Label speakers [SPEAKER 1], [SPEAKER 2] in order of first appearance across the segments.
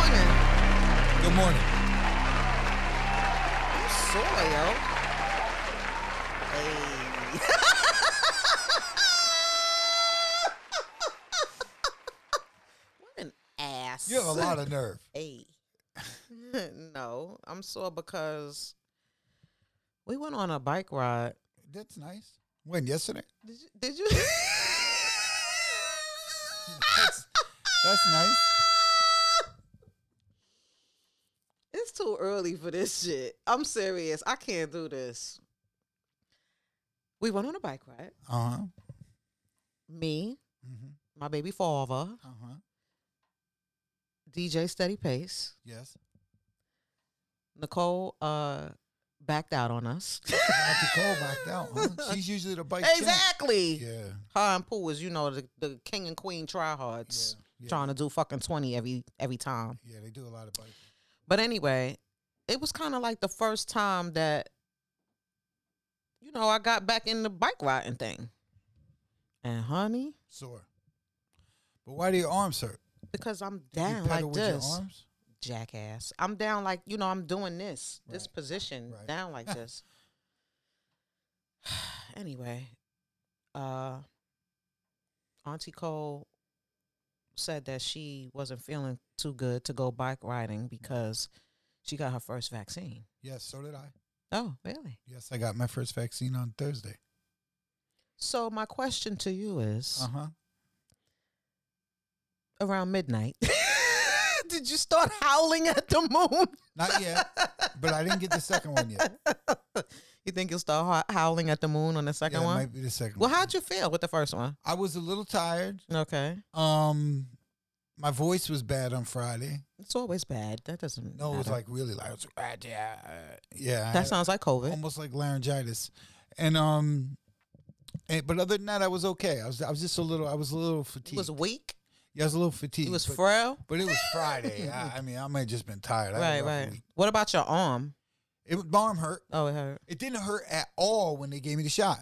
[SPEAKER 1] Good morning.
[SPEAKER 2] You sore, yo. Hey. what an ass.
[SPEAKER 1] You have a lot of nerve.
[SPEAKER 2] Hey. no, I'm sore because we went on a bike ride.
[SPEAKER 1] That's nice. When yesterday?
[SPEAKER 2] Did you? Did you? Ah!
[SPEAKER 1] That's, that's nice.
[SPEAKER 2] it's too early for this shit. I'm serious. I can't do this. We went on a bike ride.
[SPEAKER 1] Uh huh.
[SPEAKER 2] Me,
[SPEAKER 1] hmm
[SPEAKER 2] my baby father,
[SPEAKER 1] Uh huh.
[SPEAKER 2] DJ Steady Pace.
[SPEAKER 1] Yes.
[SPEAKER 2] Nicole uh backed out on us.
[SPEAKER 1] Not Nicole backed out. Huh? She's usually the bike champ.
[SPEAKER 2] exactly.
[SPEAKER 1] Yeah.
[SPEAKER 2] Her and Pooh was, you know, the, the king and queen tryhards
[SPEAKER 1] Yeah, yeah.
[SPEAKER 2] trying to do fucking twenty every every time.
[SPEAKER 1] Yeah, they do a lot of biking.
[SPEAKER 2] But anyway, it was kind of like the first time that you know I got back in the bike riding thing. And honey,
[SPEAKER 1] Sore. But why do your arms hurt?
[SPEAKER 2] because I'm
[SPEAKER 1] Do you
[SPEAKER 2] down
[SPEAKER 1] pedal
[SPEAKER 2] like
[SPEAKER 1] with your
[SPEAKER 2] this,
[SPEAKER 1] arms?
[SPEAKER 2] jackass. I'm down like you know I'm doing this this
[SPEAKER 1] Right,
[SPEAKER 2] position
[SPEAKER 1] right.
[SPEAKER 2] down like this. anyway, uh, Auntie Cole said that she wasn't feeling too good to go bike riding because she got her first vaccine.
[SPEAKER 1] Yes, so did I.
[SPEAKER 2] Oh, really?
[SPEAKER 1] Yes, I got my first vaccine on Thursday.
[SPEAKER 2] So my question to you is:
[SPEAKER 1] Uh huh.
[SPEAKER 2] around midnight, did you start howling at the moon?
[SPEAKER 1] Not yet, but I didn't get the second one yet.
[SPEAKER 2] you think you'll start ho- howling at the moon on the second
[SPEAKER 1] yeah,
[SPEAKER 2] one?
[SPEAKER 1] It might be the second
[SPEAKER 2] Well,
[SPEAKER 1] one.
[SPEAKER 2] how'd you feel with the first one?
[SPEAKER 1] I was a little tired.
[SPEAKER 2] Okay,
[SPEAKER 1] Um, my voice was bad on Friday.
[SPEAKER 2] it's always bad. That doesn't.
[SPEAKER 1] No, it was
[SPEAKER 2] matter.
[SPEAKER 1] like really loud. It was like, "Ah, yeah, uh, yeah. I
[SPEAKER 2] that
[SPEAKER 1] had
[SPEAKER 2] sounds like COVID.
[SPEAKER 1] almost like laryngitis, and um, and, but other than that, I was okay. I was I was just a little. I was a little
[SPEAKER 2] He
[SPEAKER 1] fatigued.
[SPEAKER 2] was weak.
[SPEAKER 1] yeah, I was a little fatigued.
[SPEAKER 2] He was
[SPEAKER 1] but,
[SPEAKER 2] frail.
[SPEAKER 1] but it was Friday. I, I mean, I might have just been tired. I had
[SPEAKER 2] Right,
[SPEAKER 1] a rough
[SPEAKER 2] right.
[SPEAKER 1] week.
[SPEAKER 2] What about your arm?
[SPEAKER 1] It was- my arm hurt.
[SPEAKER 2] Oh, it hurt.
[SPEAKER 1] It didn't hurt at all when they gave me the shot.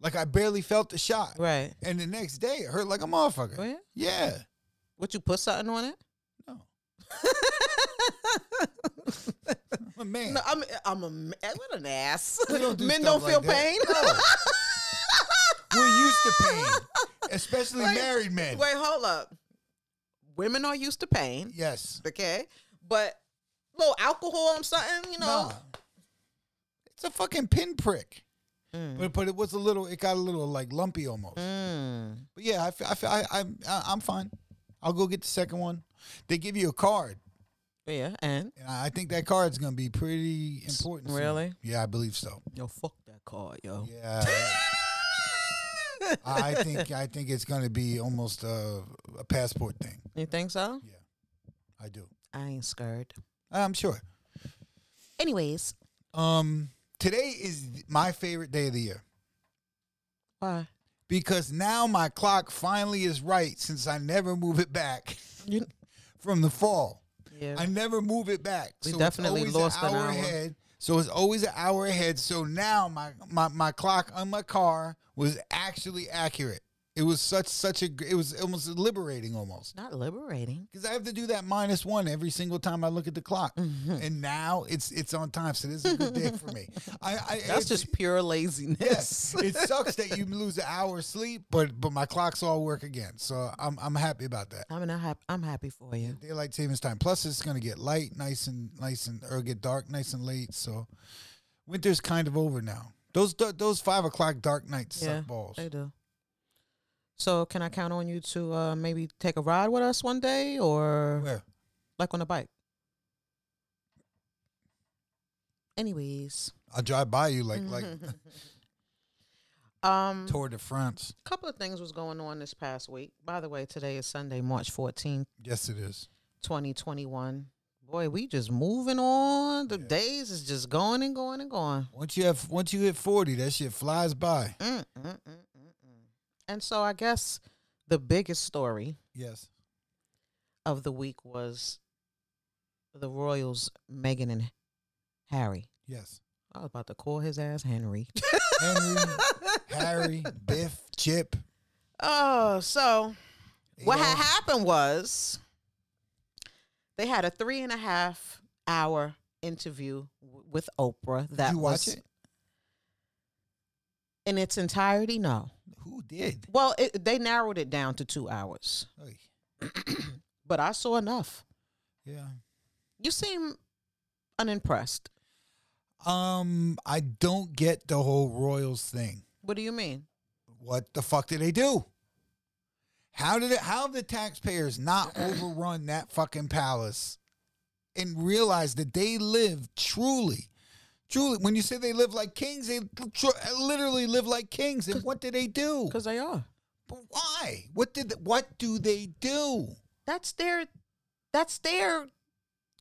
[SPEAKER 1] Like I barely felt the shot.
[SPEAKER 2] Right.
[SPEAKER 1] And the next day, it hurt like a motherfucker.
[SPEAKER 2] Oh, yeah?
[SPEAKER 1] Yeah.
[SPEAKER 2] What you put something on it?
[SPEAKER 1] No. I'm a man.
[SPEAKER 2] No, I'm. I'm a. ma- What an ass.
[SPEAKER 1] We don't do
[SPEAKER 2] Men
[SPEAKER 1] stuff
[SPEAKER 2] don't feel
[SPEAKER 1] like that.
[SPEAKER 2] pain.
[SPEAKER 1] No. We're used to pain, especially
[SPEAKER 2] Wait,
[SPEAKER 1] married men.
[SPEAKER 2] Wait, hold up. Women are used to pain.
[SPEAKER 1] Yes.
[SPEAKER 2] Okay, but little alcohol or something, you know.
[SPEAKER 1] Nah. It's a fucking pinprick.
[SPEAKER 2] Mm.
[SPEAKER 1] But but it was a little. It got a little like lumpy almost.
[SPEAKER 2] Mm.
[SPEAKER 1] But yeah, I fe- I fe- I, I'm I- I'm fine. I'll go get the second one. They give you a card,
[SPEAKER 2] Yeah, and
[SPEAKER 1] and I I think that card's gonna be pretty important. soon.
[SPEAKER 2] Really?
[SPEAKER 1] Yeah, I believe so.
[SPEAKER 2] yo, fuck that card, yo.
[SPEAKER 1] Yeah. I I think I think it's gonna be almost a, a passport thing.
[SPEAKER 2] You think so?
[SPEAKER 1] Yeah, I do.
[SPEAKER 2] I ain't scared.
[SPEAKER 1] I'm sure.
[SPEAKER 2] Anyways,
[SPEAKER 1] Um, today is my favorite day of the year
[SPEAKER 2] why?
[SPEAKER 1] because now my clock finally is right since I never move it back
[SPEAKER 2] You,
[SPEAKER 1] from the fall.
[SPEAKER 2] yeah.
[SPEAKER 1] I never move it back.
[SPEAKER 2] We
[SPEAKER 1] so
[SPEAKER 2] definitely
[SPEAKER 1] it's always
[SPEAKER 2] lost
[SPEAKER 1] an
[SPEAKER 2] an
[SPEAKER 1] hour,
[SPEAKER 2] hour.
[SPEAKER 1] ahead. So it's always an hour ahead. So now my, my my clock on my car was actually accurate. It was such such a gr- it was almost liberating almost.
[SPEAKER 2] not liberating.
[SPEAKER 1] Because I have to do that minus one every single time I look at the clock,
[SPEAKER 2] Mm-hmm.
[SPEAKER 1] and now it's it's on time. So this is a good day for me. I, I
[SPEAKER 2] That's
[SPEAKER 1] it's-
[SPEAKER 2] just pure laziness.
[SPEAKER 1] Yes, it sucks that you lose an hour of sleep, but but my clocks all work again, so I'm I'm happy about that.
[SPEAKER 2] I mean, I hap- I'm happy for you.
[SPEAKER 1] Daylight savings time. Plus, it's gonna get light, nice and nice and or get dark, nice and late. So winter's kind of over now. Those th- those five o'clock dark nights
[SPEAKER 2] yeah,
[SPEAKER 1] suck balls.
[SPEAKER 2] they do. So, can I count on you to uh, maybe take a ride with us one day, or
[SPEAKER 1] Where?
[SPEAKER 2] like on a bike? Anyways,
[SPEAKER 1] I'll drive by you like like
[SPEAKER 2] Mm. Um,
[SPEAKER 1] Tour de France.
[SPEAKER 2] a couple of things was going on this past week. By the way, today is Sunday, March fourteenth,
[SPEAKER 1] Yes, it is.
[SPEAKER 2] twenty twenty one. Boy, we just moving on. The
[SPEAKER 1] Yeah.
[SPEAKER 2] days is just going and going and going.
[SPEAKER 1] Once you have, once you hit forty, that shit flies by.
[SPEAKER 2] Mm, mm, mm, mm, mm. And so I guess the biggest story
[SPEAKER 1] Yes.
[SPEAKER 2] of the week was the Royals, Megan and Harry.
[SPEAKER 1] Yes.
[SPEAKER 2] I was about to call his ass Henry.
[SPEAKER 1] Henry, Harry, Biff, Chip.
[SPEAKER 2] Oh, so
[SPEAKER 1] they
[SPEAKER 2] what
[SPEAKER 1] all-
[SPEAKER 2] had happened was they had a three and a half hour interview w- with Oprah. That
[SPEAKER 1] you watch
[SPEAKER 2] was
[SPEAKER 1] it?
[SPEAKER 2] in its entirety. No,
[SPEAKER 1] Who did?
[SPEAKER 2] well, it, they narrowed it down to two hours,
[SPEAKER 1] Oy.
[SPEAKER 2] but I saw enough.
[SPEAKER 1] Yeah.
[SPEAKER 2] You seem unimpressed.
[SPEAKER 1] Um, I don't get the whole Royals thing.
[SPEAKER 2] What do you mean?
[SPEAKER 1] What the fuck did they do? How did it? How have the taxpayers not overrun that fucking palace and realize that they live truly, truly? When you say they live like kings, they tr- literally live like kings. And what did they do?
[SPEAKER 2] Because they are.
[SPEAKER 1] But why? What did? What do they do?
[SPEAKER 2] That's their. That's their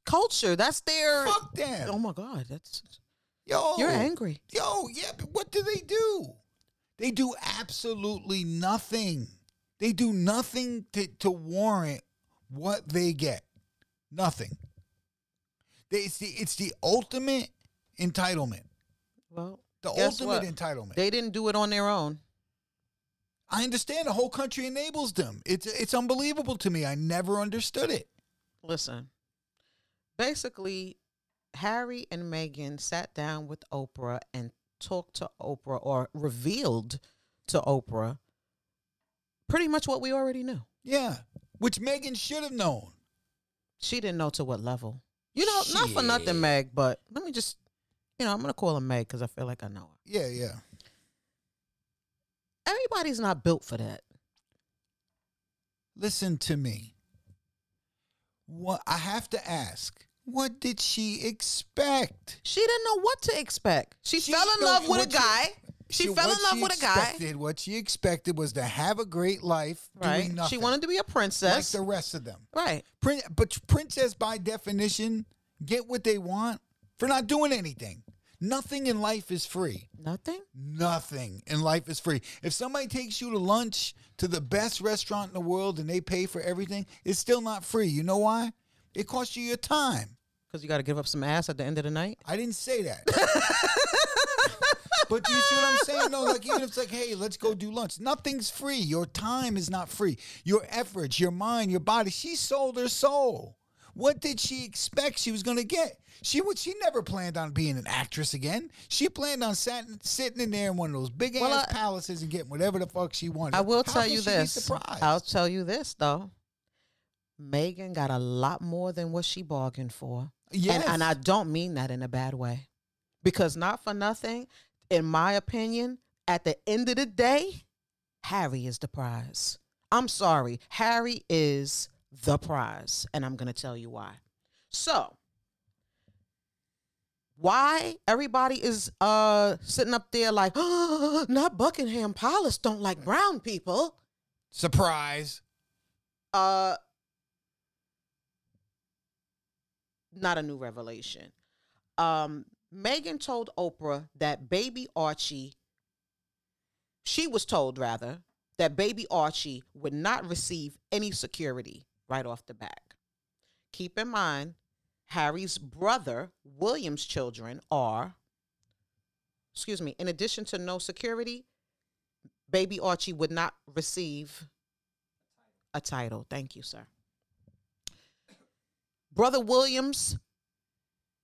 [SPEAKER 2] culture. That's their.
[SPEAKER 1] Fuck
[SPEAKER 2] Oh
[SPEAKER 1] them, Oh.
[SPEAKER 2] my God! That's
[SPEAKER 1] yo.
[SPEAKER 2] you're angry.
[SPEAKER 1] Yo, yeah, but what do they do? They do absolutely nothing. They do nothing to, to warrant what they get. Nothing. They, it's the it's the ultimate entitlement.
[SPEAKER 2] Well,
[SPEAKER 1] The
[SPEAKER 2] Guess
[SPEAKER 1] ultimate
[SPEAKER 2] what?
[SPEAKER 1] entitlement.
[SPEAKER 2] they didn't do it on their own.
[SPEAKER 1] I understand the whole country enables them. It's it's unbelievable to me. I never understood it.
[SPEAKER 2] Listen, basically, Harry and Meghan sat down with Oprah and talked to Oprah or revealed to Oprah pretty much what we already knew.
[SPEAKER 1] Yeah. Which Megan should have known.
[SPEAKER 2] She didn't know to what level. You know, not for nothing, Meg, but let me just, you know, I'm going to call her Meg because I feel like I know her.
[SPEAKER 1] Yeah, yeah.
[SPEAKER 2] Everybody's not built for that.
[SPEAKER 1] listen to me. What I have to ask, what did she expect?
[SPEAKER 2] She didn't know what to expect. She,
[SPEAKER 1] She
[SPEAKER 2] fell in
[SPEAKER 1] know
[SPEAKER 2] love with
[SPEAKER 1] what
[SPEAKER 2] a
[SPEAKER 1] you-
[SPEAKER 2] guy. She, fell
[SPEAKER 1] what
[SPEAKER 2] in love
[SPEAKER 1] she
[SPEAKER 2] with a guy.
[SPEAKER 1] expected- What she expected was to have a great life,
[SPEAKER 2] Right.
[SPEAKER 1] doing nothing.
[SPEAKER 2] She wanted to be a
[SPEAKER 1] like
[SPEAKER 2] princess.
[SPEAKER 1] the rest of them.
[SPEAKER 2] right.
[SPEAKER 1] Prin- but princess, by definition, get what they want for not doing anything. Nothing in life is free.
[SPEAKER 2] Nothing.
[SPEAKER 1] Nothing in life is free. If somebody takes you to lunch to the best restaurant in the world and they pay for everything, it's still not free. You know why? It costs you your time.
[SPEAKER 2] Because you got to give up some ass at the end of the night.
[SPEAKER 1] I didn't say that. but you see what I'm saying? No, like even if it's like, hey, let's go do lunch. Nothing's free. Your time is not free. Your efforts, your mind, your body. She sold her soul. What did she expect she was gonna get? She would. She never planned on being an actress again. She planned on sat, sitting in there in one of those big
[SPEAKER 2] Well,
[SPEAKER 1] ass
[SPEAKER 2] I-
[SPEAKER 1] palaces and getting whatever the fuck she wanted.
[SPEAKER 2] I will
[SPEAKER 1] How
[SPEAKER 2] tell
[SPEAKER 1] could
[SPEAKER 2] you
[SPEAKER 1] she be
[SPEAKER 2] this.
[SPEAKER 1] surprised?
[SPEAKER 2] I'll tell you this though. Megan got a lot more than what she bargained for.
[SPEAKER 1] yes.
[SPEAKER 2] And, and I don't mean that in a bad way. Because not for nothing, in my opinion, at the end of the day, Harry is the prize. I'm sorry. Harry is the prize. And I'm going to tell you why. So, why everybody is uh sitting up there like, oh, not Buckingham Palace don't like brown people.
[SPEAKER 1] surprise.
[SPEAKER 2] Uh not a new revelation. Um Megan told Oprah that baby Archie she was told rather that baby Archie would not receive any security right off the bat. Keep in mind Harry's brother William's children are excuse me, in addition to no security, baby Archie would not receive a title. Thank you, sir. Brother William's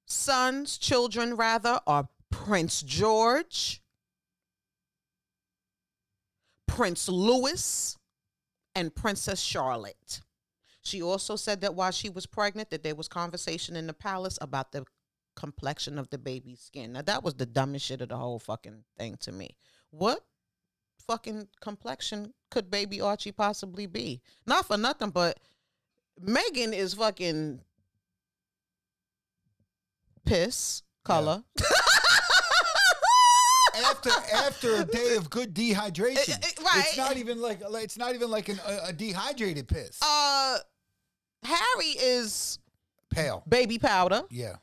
[SPEAKER 2] sons, children rather, are Prince George, Prince Louis, and Princess Charlotte. She also said that while she was pregnant, that there was conversation in the palace about the complexion of the baby's skin. Now that was the dumbest shit of the whole fucking thing to me. What fucking complexion could baby Archie possibly be? Not for nothing, but Megan is fucking piss color.
[SPEAKER 1] after after a day of good dehydration,
[SPEAKER 2] Eh, eh, right.
[SPEAKER 1] It's not even like like- it's not even like an, a, a dehydrated piss.
[SPEAKER 2] Uh, Harry is
[SPEAKER 1] Pale,
[SPEAKER 2] baby powder.
[SPEAKER 1] yeah.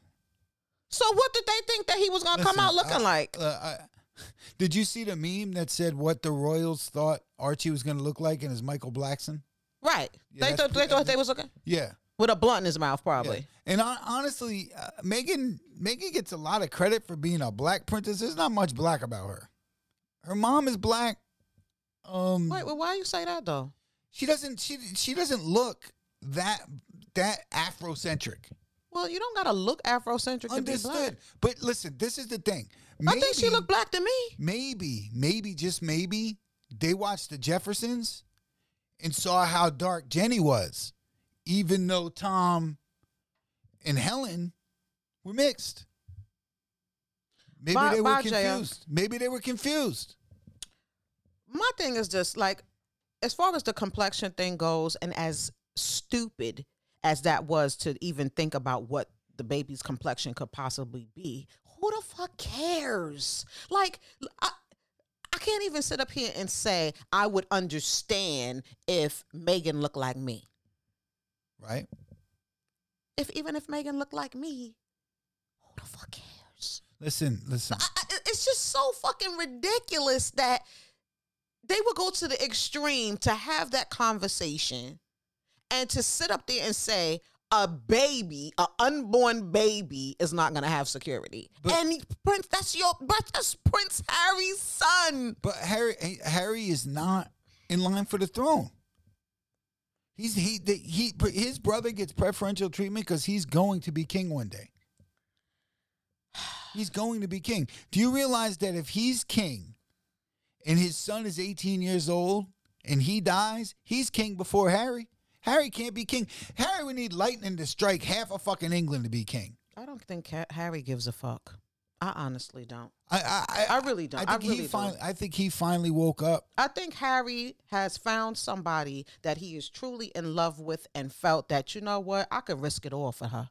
[SPEAKER 2] So what did they think that he was gonna come
[SPEAKER 1] Listen,
[SPEAKER 2] out looking
[SPEAKER 1] I-
[SPEAKER 2] like?
[SPEAKER 1] Uh, I, did you see the meme that said what the Royals thought Archie was going to look like in his Michael Blackson?
[SPEAKER 2] Right.
[SPEAKER 1] Yeah,
[SPEAKER 2] they
[SPEAKER 1] that's
[SPEAKER 2] thought they
[SPEAKER 1] pretty-
[SPEAKER 2] thought they was looking
[SPEAKER 1] Yeah.
[SPEAKER 2] with a blunt in his mouth, probably.
[SPEAKER 1] Yeah. And I, honestly, uh, Megan Megan gets a lot of credit for being a black princess. There's not much black about her. Her mom is black. Um,
[SPEAKER 2] Wait, well, why you say that though?
[SPEAKER 1] she doesn't she she doesn't look that that Afrocentric.
[SPEAKER 2] Well, you don't gotta look Afrocentric to be black.
[SPEAKER 1] Understood. But listen, this is the thing.
[SPEAKER 2] I think she
[SPEAKER 1] Maybe-
[SPEAKER 2] looked black to me.
[SPEAKER 1] maybe, maybe, just maybe, they watched the Jeffersons and saw how dark Jenny was, even though Tom and Helen were mixed. Maybe
[SPEAKER 2] Bye-
[SPEAKER 1] they were
[SPEAKER 2] bye, JR.
[SPEAKER 1] confused. Maybe they were confused.
[SPEAKER 2] My thing is just like, as far as the complexion thing goes, and as stupid as that was to even think about what the baby's complexion could possibly be, who the fuck cares? Like, I, I can't even sit up here and say I would understand if Megan looked like me.
[SPEAKER 1] Right?
[SPEAKER 2] If even if Megan looked like me, who the fuck cares?
[SPEAKER 1] Listen, listen.
[SPEAKER 2] I, I- it's just so fucking ridiculous that they would go to the extreme to have that conversation and to sit up there and say a baby, a unborn baby, is not gonna have security.
[SPEAKER 1] But-
[SPEAKER 2] and Prince, that's your, but that's Prince Harry's son.
[SPEAKER 1] But Harry Harry is not in line for the throne. He's he the, he but his brother gets preferential treatment because he's going to be king one day. He's going to be king. Do you realize that if he's king, and his son is 18 years old, and he dies, he's king before Harry. Harry can't be king. Harry would need lightning to strike half of fucking England to be king.
[SPEAKER 2] I don't think Ca- Harry gives a fuck. I honestly don't.
[SPEAKER 1] I I,
[SPEAKER 2] I really don't. I,
[SPEAKER 1] think
[SPEAKER 2] really
[SPEAKER 1] he
[SPEAKER 2] don't.
[SPEAKER 1] finally I think he finally woke up.
[SPEAKER 2] I think Harry has found somebody that he is truly in love with and felt that, you know what, I could risk it all for her.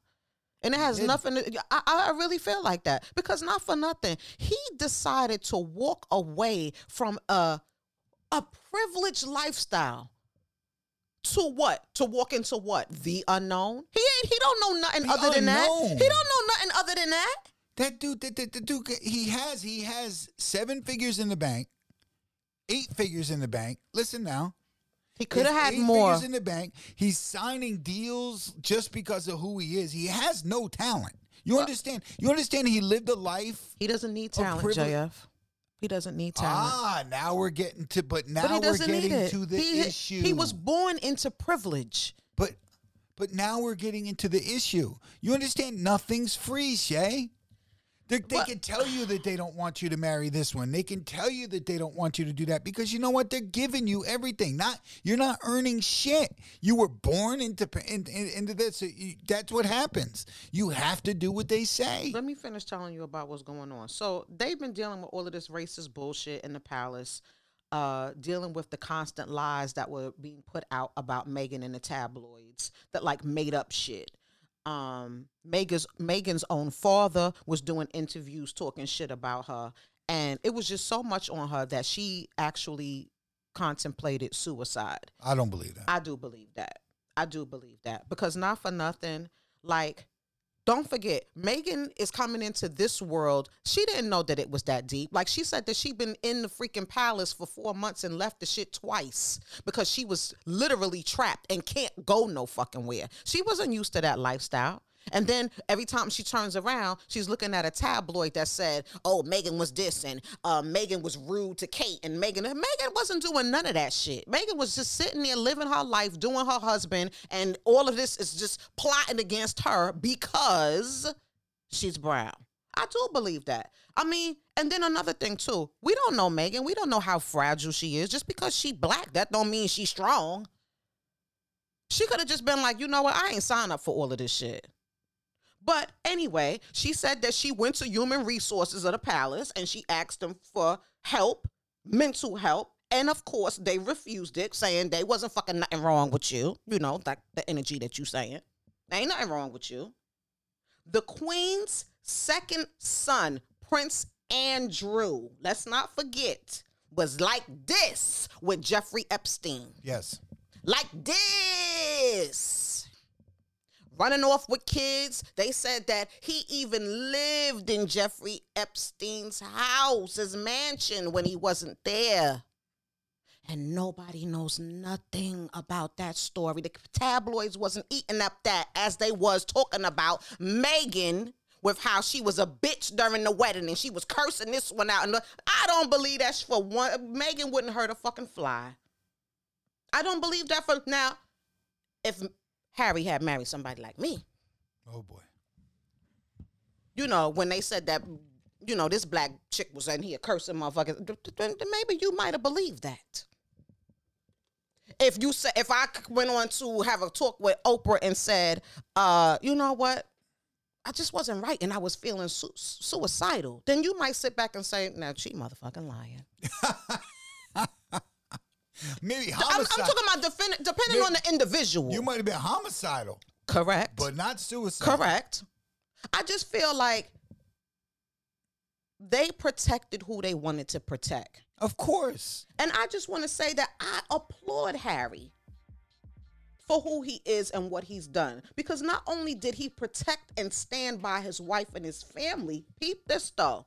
[SPEAKER 2] And it has
[SPEAKER 1] did.
[SPEAKER 2] nothing to, I, I really feel like that because not for nothing. He decided to walk away from a, a privileged lifestyle. To what? To walk into what? The unknown? He ain't, he don't know nothing
[SPEAKER 1] The
[SPEAKER 2] other than that.
[SPEAKER 1] unknown.
[SPEAKER 2] He don't know nothing other than that.
[SPEAKER 1] That dude, that, that, that dude, he has he has seven figures in the bank, eight figures in the bank. Listen now,
[SPEAKER 2] He could have
[SPEAKER 1] There's
[SPEAKER 2] had
[SPEAKER 1] eight
[SPEAKER 2] more.
[SPEAKER 1] figures in the bank. He's signing deals just because of who he is. He has no talent. You understand? You understand? He lived a life.
[SPEAKER 2] he doesn't need talent,
[SPEAKER 1] privilege-
[SPEAKER 2] JF. He doesn't need talent.
[SPEAKER 1] Ah, now we're getting to, but now
[SPEAKER 2] but he
[SPEAKER 1] we're
[SPEAKER 2] doesn't
[SPEAKER 1] getting
[SPEAKER 2] need it.
[SPEAKER 1] to the
[SPEAKER 2] he,
[SPEAKER 1] issue.
[SPEAKER 2] he was born into privilege.
[SPEAKER 1] but but now we're getting into the issue. You understand? Nothing's free, Shay. They, they
[SPEAKER 2] But-
[SPEAKER 1] can tell you that they don't want you to marry this one. They can tell you that they don't want you to do that because you know what? They're giving you everything. Not you're not earning shit. You were born into pa- in, in, into this. So you- that's what happens. You have to do what they say.
[SPEAKER 2] Let me finish telling you about what's going on. So they've been dealing with all of this racist bullshit in the palace, uh, dealing with the constant lies that were being put out about Megan in the tabloids that like made up shit. Um, Megan's Megan's own father was doing interviews talking shit about her, and it was just so much on her that she actually contemplated suicide.
[SPEAKER 1] I don't believe that.
[SPEAKER 2] I do believe that. I do believe that because not for nothing, like, don't forget, Megan is coming into this world. She didn't know that it was that deep. Like she said that she'd been in the freaking palace for four months and left the shit twice because she was literally trapped and can't go no fucking where. She wasn't used to that lifestyle. And then every time she turns around, she's looking at a tabloid that said, "Oh, Megan was this, and uh, Megan was rude to Kate, and Megan, and Megan wasn't doing none of that shit. Megan was just sitting there living her life, doing her husband, and all of this is just plotting against her because she's brown. I do believe that. I mean, and then another thing too, we don't know Megan. We don't know how fragile she is. Just because she black, that don't mean she's strong. She could have just been like, you know what, I ain't signed up for all of this shit. But anyway, she said that she went to human resources of the palace and she asked them for help, mental help. And of course, they refused it, saying they wasn't fucking nothing wrong with you. You know, like the energy that you saying. Ain't nothing wrong with you. The queen's second son, Prince Andrew, let's not forget, was like this with Jeffrey Epstein.
[SPEAKER 1] Yes.
[SPEAKER 2] Like this. Running off with kids. They said that he even lived in Jeffrey Epstein's house, his mansion, when he wasn't there. And nobody knows nothing about that story. The tabloids wasn't eating up that as they was talking about Megan with how she was a bitch during the wedding and she was cursing this one out. And the- I don't believe that's for one. Megan wouldn't hurt a fucking fly. I don't believe that for now. If Harry had married somebody like me,
[SPEAKER 1] Oh boy.
[SPEAKER 2] you know, when they said that, you know, this black chick was in here cursing motherfuckers, th- th- then maybe you might have believed that. If you said, if I went on to have a talk with Oprah and said, uh, you know what, I just wasn't right and I was feeling su- suicidal, then you might sit back and say, now she motherfucking lying.
[SPEAKER 1] Maybe
[SPEAKER 2] I'm, I'm
[SPEAKER 1] homicide.
[SPEAKER 2] talking about defend- depending
[SPEAKER 1] Maybe-
[SPEAKER 2] on the individual.
[SPEAKER 1] you might have been homicidal,
[SPEAKER 2] Correct.
[SPEAKER 1] but not suicide.
[SPEAKER 2] Correct. I just feel like they protected who they wanted to protect.
[SPEAKER 1] Of course.
[SPEAKER 2] And I just want to say that I applaud Harry for who he is and what he's done. Because not only did he protect and stand by his wife and his family, peep this though.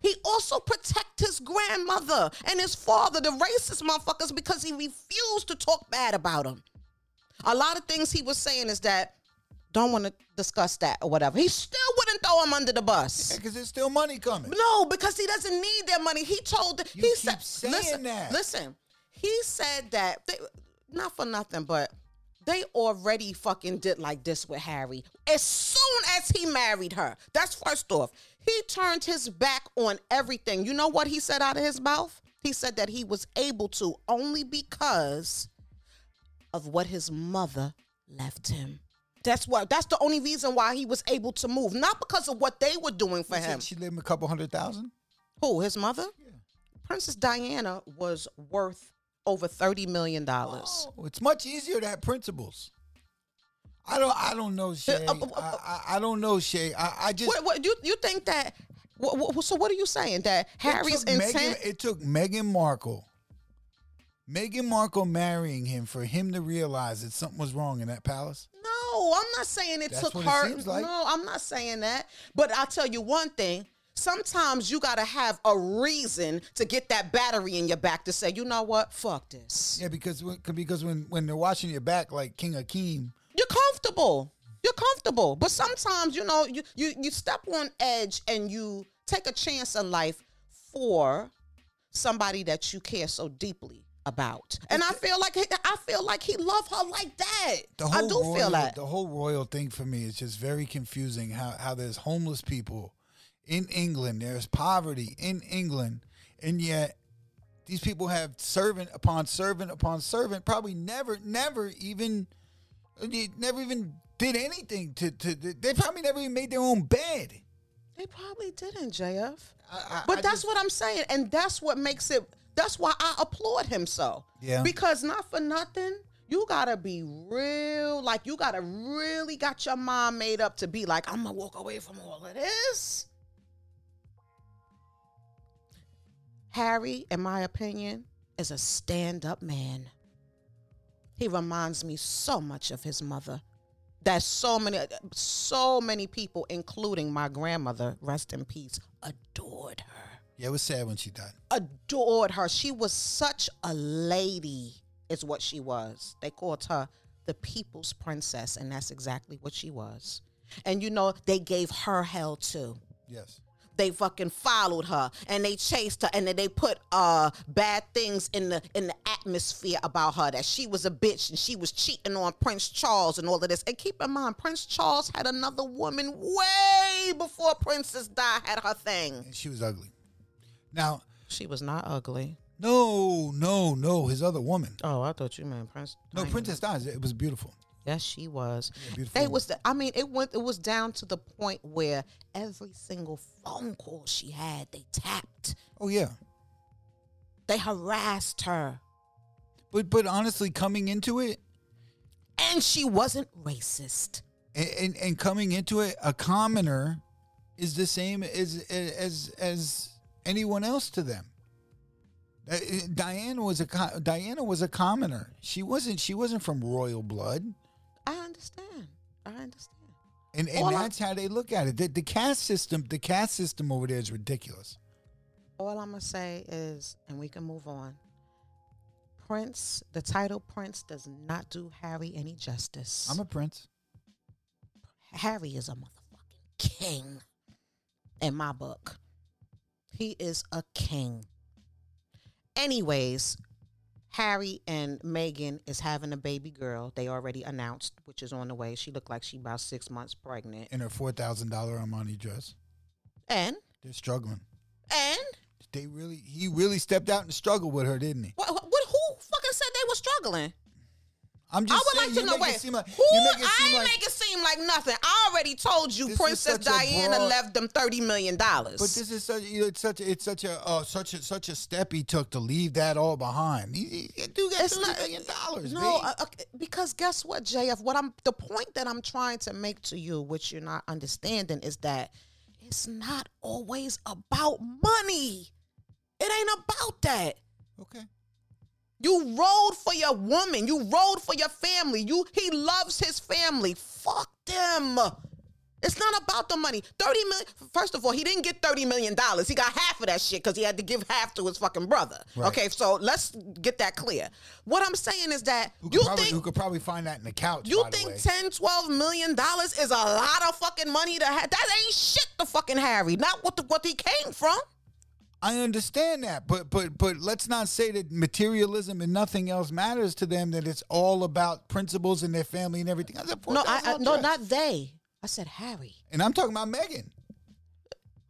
[SPEAKER 2] He also protect his grandmother and his father, the racist motherfuckers, because he refused to talk bad about him. A lot of things he was saying is that don't want to discuss that or whatever. He still wouldn't throw him under the bus.
[SPEAKER 1] Because there's still money coming.
[SPEAKER 2] No, because he doesn't need their money. He told.
[SPEAKER 1] You
[SPEAKER 2] he
[SPEAKER 1] keep
[SPEAKER 2] said,
[SPEAKER 1] saying
[SPEAKER 2] listen,
[SPEAKER 1] that.
[SPEAKER 2] Listen, he said that. They, not for nothing, but they already fucking did like this with Harry. As soon as he married her, that's first off. He turned his back on everything. You know what he said out of his mouth? He said that he was able to only because of what his mother left him. That's what. That's the only reason why he was able to move, not because of what they were doing for
[SPEAKER 1] You said
[SPEAKER 2] him.
[SPEAKER 1] She lived a couple hundred thousand.
[SPEAKER 2] Who? His mother? Princess Diana was worth over thirty million dollars.
[SPEAKER 1] Oh, it's much easier to have principles. I don't. I don't know, Shay. I,
[SPEAKER 2] uh, uh,
[SPEAKER 1] I, I don't know, Shay. I, I just.
[SPEAKER 2] What, what you you think that? What, what, so what are you saying that Harry's
[SPEAKER 1] it took
[SPEAKER 2] intent?
[SPEAKER 1] Meghan, it took Meghan Markle, Meghan Markle marrying him for him to realize that something was wrong in that palace.
[SPEAKER 2] no, I'm not saying it
[SPEAKER 1] That's
[SPEAKER 2] took
[SPEAKER 1] what it
[SPEAKER 2] her.
[SPEAKER 1] seems like.
[SPEAKER 2] No, I'm not saying that. But I'll tell you one thing. Sometimes you gotta have a reason to get that battery in your back to say, you know what, fuck this.
[SPEAKER 1] Yeah, because when, because when when they're watching your back like King Akeem,
[SPEAKER 2] You're comfortable. You're comfortable. But sometimes, you know, you you you step on edge and you take a chance in life for somebody that you care so deeply about. And I feel like he- I feel like he loved her like that.
[SPEAKER 1] the
[SPEAKER 2] I
[SPEAKER 1] whole
[SPEAKER 2] do
[SPEAKER 1] royal,
[SPEAKER 2] feel that.
[SPEAKER 1] the whole royal thing for me is just very confusing. How how there's homeless people in England, there's poverty in England, and yet these people have servant upon servant upon servant, probably never never even they never even did anything to to. They probably never even made their own bed.
[SPEAKER 2] They probably didn't, JF.
[SPEAKER 1] I, I,
[SPEAKER 2] But
[SPEAKER 1] I
[SPEAKER 2] that's
[SPEAKER 1] just-
[SPEAKER 2] what I'm saying, and that's what makes it. That's why I applaud him so.
[SPEAKER 1] Yeah.
[SPEAKER 2] Because not for nothing, you gotta be real. Like you gotta really got your mind made up to be like, I'm gonna walk away from all of this. Harry, in my opinion, is a stand-up man. He reminds me so much of his mother. That so many, so many people, including my grandmother, rest in peace, adored her
[SPEAKER 1] yeah, it was sad when she died.
[SPEAKER 2] adored her. She was such a lady, is what she was. They called her the people's princess, and that's exactly what she was. And you know, they gave her hell too.
[SPEAKER 1] Yes.
[SPEAKER 2] They fucking followed her and they chased her and then they put uh bad things in the in the atmosphere about her that she was a bitch and she was cheating on Prince Charles and all of this. And keep in mind, Prince Charles had another woman way before Princess Di had her thing.
[SPEAKER 1] And she was ugly. Now,
[SPEAKER 3] She was not ugly.
[SPEAKER 1] no, no, no, his other woman.
[SPEAKER 3] Oh, I thought you meant Prince.
[SPEAKER 1] No,
[SPEAKER 3] Diana.
[SPEAKER 1] Princess Dies. It was beautiful.
[SPEAKER 3] Yes, she was.
[SPEAKER 1] beautiful
[SPEAKER 2] They was. The, I mean, it went. It was down to the point where every single phone call she had, they tapped.
[SPEAKER 1] Oh yeah.
[SPEAKER 2] They harassed her,
[SPEAKER 1] But but honestly, coming into it
[SPEAKER 2] and she wasn't racist.
[SPEAKER 1] and, and, and coming into it, a commoner is the same as as as anyone else to them. Uh, uh, Diana was a co- Diana was a commoner. She wasn't she wasn't from royal blood,
[SPEAKER 2] I understand. I understand.
[SPEAKER 1] and and
[SPEAKER 2] All I-
[SPEAKER 1] that's how they look at it. The, the caste system, the caste system over there is ridiculous.
[SPEAKER 2] All I'm gonna say is, and we can move on. Prince, the title Prince does not do Harry any justice.
[SPEAKER 1] I'm a prince.
[SPEAKER 2] Harry is a motherfucking king in my book. He is a king. Anyways, Harry and Megan is having a baby girl. They already announced, which is on the way. She looked like she about six months pregnant.
[SPEAKER 1] in her four thousand dollar Armani dress.
[SPEAKER 2] And
[SPEAKER 1] They're struggling.
[SPEAKER 2] and
[SPEAKER 1] They really, he really stepped out and struggled with her, didn't he?
[SPEAKER 2] what, what who fucking said they were struggling?
[SPEAKER 1] I'm
[SPEAKER 2] I
[SPEAKER 1] just
[SPEAKER 2] would
[SPEAKER 1] saying,
[SPEAKER 2] like to
[SPEAKER 1] you
[SPEAKER 2] know
[SPEAKER 1] make
[SPEAKER 2] wait,
[SPEAKER 1] it seem like
[SPEAKER 2] who
[SPEAKER 1] you make it
[SPEAKER 2] I
[SPEAKER 1] seem
[SPEAKER 2] ain't
[SPEAKER 1] like,
[SPEAKER 2] make it seem like nothing. I already told you
[SPEAKER 1] This is
[SPEAKER 2] Princess
[SPEAKER 1] such a
[SPEAKER 2] Diana
[SPEAKER 1] broad-
[SPEAKER 2] left them thirty million dollars.
[SPEAKER 1] but this is such it's such it's such a uh, such a such a step he took to leave that all behind. He, he, dude got
[SPEAKER 2] It's
[SPEAKER 1] thirty
[SPEAKER 2] not-
[SPEAKER 1] million dollars.
[SPEAKER 2] No,
[SPEAKER 1] babe.
[SPEAKER 2] uh, okay, because guess what, JF? What I'm the point that I'm trying to make to you, which you're not understanding, is that it's not always about money. It ain't about that.
[SPEAKER 1] okay.
[SPEAKER 2] You rode for your woman. You rode for your family. You he loves his family. Fuck them. It's not about the money. 30 million. First of all, he didn't get 30 million dollars. He got half of that shit cuz he had to give half to his fucking brother.
[SPEAKER 1] Right.
[SPEAKER 2] Okay, so let's get that clear. What I'm saying is that
[SPEAKER 1] Who could,
[SPEAKER 2] you
[SPEAKER 1] probably,
[SPEAKER 2] think
[SPEAKER 1] who could probably find that in the couch?
[SPEAKER 2] you
[SPEAKER 1] by the
[SPEAKER 2] think
[SPEAKER 1] way.
[SPEAKER 2] 10, 12 million dollars is a lot of fucking money to have? That ain't shit to fucking Harry. Not what the, what he came from.
[SPEAKER 1] I understand that, but but but let's not say that materialism and nothing else matters to them. That it's all about principles and their family and everything. That's a
[SPEAKER 2] No, I, I
[SPEAKER 1] $4,000
[SPEAKER 2] no,
[SPEAKER 1] dress.
[SPEAKER 2] not they. I said Harry.
[SPEAKER 1] And I'm talking about Megan,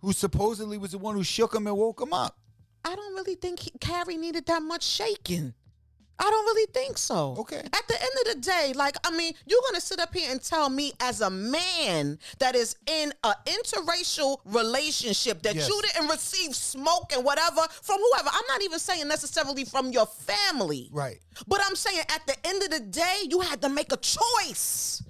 [SPEAKER 1] who supposedly was the one who shook him and woke him up.
[SPEAKER 2] I don't really think he, Carrie needed that much shaking. I don't really think so.
[SPEAKER 1] Okay.
[SPEAKER 2] At the end of the day, like I mean, you're gonna sit up here and tell me as a man that is in an interracial relationship that
[SPEAKER 1] Yes.
[SPEAKER 2] you didn't receive smoke and whatever from whoever. I'm not even saying necessarily from your family.
[SPEAKER 1] Right.
[SPEAKER 2] But I'm saying at the end of the day, you had to make a choice.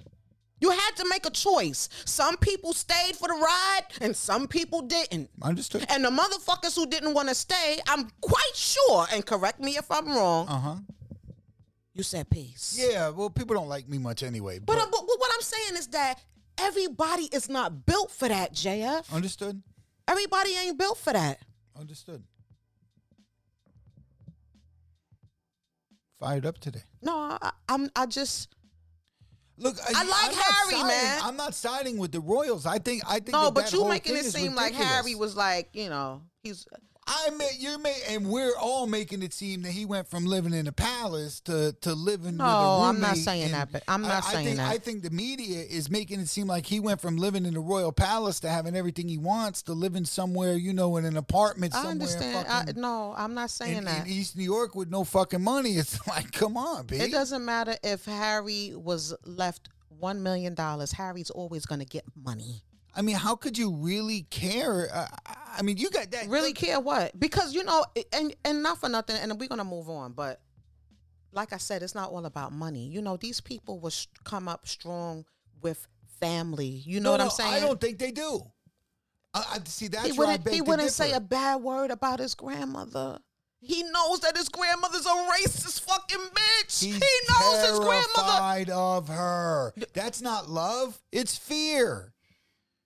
[SPEAKER 2] You had to make a choice. Some people stayed for the ride and some people didn't.
[SPEAKER 1] Understood.
[SPEAKER 2] And the motherfuckers who didn't want to stay, I'm quite sure, and correct me if I'm wrong,
[SPEAKER 1] Uh huh.
[SPEAKER 2] you said peace.
[SPEAKER 1] Yeah. Well, people don't like me much anyway.
[SPEAKER 2] But,
[SPEAKER 1] But,
[SPEAKER 2] uh, but, but what I'm saying is that everybody is not built for that, JF.
[SPEAKER 1] understood.
[SPEAKER 2] Everybody ain't built for that.
[SPEAKER 1] Understood. Fired up today.
[SPEAKER 2] No, I, I'm. I just
[SPEAKER 1] Look,
[SPEAKER 2] I like
[SPEAKER 1] I'm not
[SPEAKER 2] Harry,
[SPEAKER 1] siding-
[SPEAKER 2] man.
[SPEAKER 1] I'm not siding with the Royals. I think I think
[SPEAKER 2] no.
[SPEAKER 1] that
[SPEAKER 2] But
[SPEAKER 1] that
[SPEAKER 2] you
[SPEAKER 1] whole
[SPEAKER 2] making
[SPEAKER 1] thing
[SPEAKER 2] it
[SPEAKER 1] is
[SPEAKER 2] seem like
[SPEAKER 1] ridiculous.
[SPEAKER 2] Harry was like, you know, he's.
[SPEAKER 1] I made you're made, and we're all making it seem that he went from living in a palace to to living. with
[SPEAKER 4] No,
[SPEAKER 1] a
[SPEAKER 4] I'm not
[SPEAKER 1] roommate
[SPEAKER 4] saying
[SPEAKER 1] and
[SPEAKER 4] that, but I'm
[SPEAKER 1] I-
[SPEAKER 4] not
[SPEAKER 1] I,
[SPEAKER 4] saying
[SPEAKER 1] think,
[SPEAKER 4] that.
[SPEAKER 1] I think the media is making it seem like he went from living in the royal palace to having everything he wants to living somewhere, you know, in an apartment
[SPEAKER 2] I
[SPEAKER 1] somewhere.
[SPEAKER 2] understand. I,
[SPEAKER 1] Fucking,
[SPEAKER 2] no, I'm not saying
[SPEAKER 1] in, E in
[SPEAKER 2] that.
[SPEAKER 1] East New York with no fucking money. It's like, come on,
[SPEAKER 2] It
[SPEAKER 1] bitch.
[SPEAKER 2] doesn't matter if Harry was left one million dollars. Harry's always gonna get money.
[SPEAKER 1] I mean, how could you really care? Uh, I mean, you got that
[SPEAKER 2] really care what because you know and and not for nothing and we're gonna move on but like i said it's not all about money you know these people will sh- come up strong with family you know
[SPEAKER 1] No,
[SPEAKER 2] what i'm
[SPEAKER 1] no,
[SPEAKER 2] saying
[SPEAKER 1] I don't think they do. I, I see that's
[SPEAKER 2] he
[SPEAKER 1] where I
[SPEAKER 2] wouldn't
[SPEAKER 1] beg
[SPEAKER 2] he
[SPEAKER 1] to
[SPEAKER 2] wouldn't say
[SPEAKER 1] differ.
[SPEAKER 2] a bad word about his grandmother he knows that his grandmother's a racist fucking bitch
[SPEAKER 1] He's
[SPEAKER 2] he knows his grandmother
[SPEAKER 1] terrified of her. That's not love. It's fear.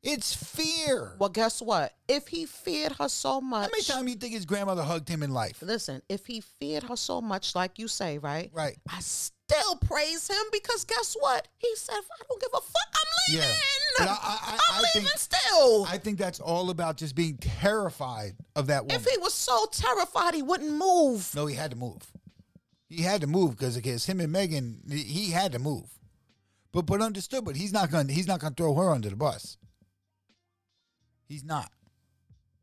[SPEAKER 1] It's fear.
[SPEAKER 2] well guess what if he feared her so
[SPEAKER 1] How
[SPEAKER 2] much
[SPEAKER 1] many times you think his grandmother hugged him in life?
[SPEAKER 2] listen if he feared her so much like you say right
[SPEAKER 1] Right.
[SPEAKER 2] I still praise him because guess what? He said, I don't give a fuck. I'm
[SPEAKER 1] Yeah.
[SPEAKER 2] leaving.
[SPEAKER 1] But I- I- I-
[SPEAKER 2] am
[SPEAKER 1] I
[SPEAKER 2] leaving
[SPEAKER 1] think-
[SPEAKER 2] still.
[SPEAKER 1] I think that's all about just being terrified of that woman.
[SPEAKER 2] if he was so terrified, he wouldn't move.
[SPEAKER 1] no, he had to move. He had to move because against him and Megan, he- he had to move. But but understood. But he's not gonna he's not gonna throw her under the bus. He's not.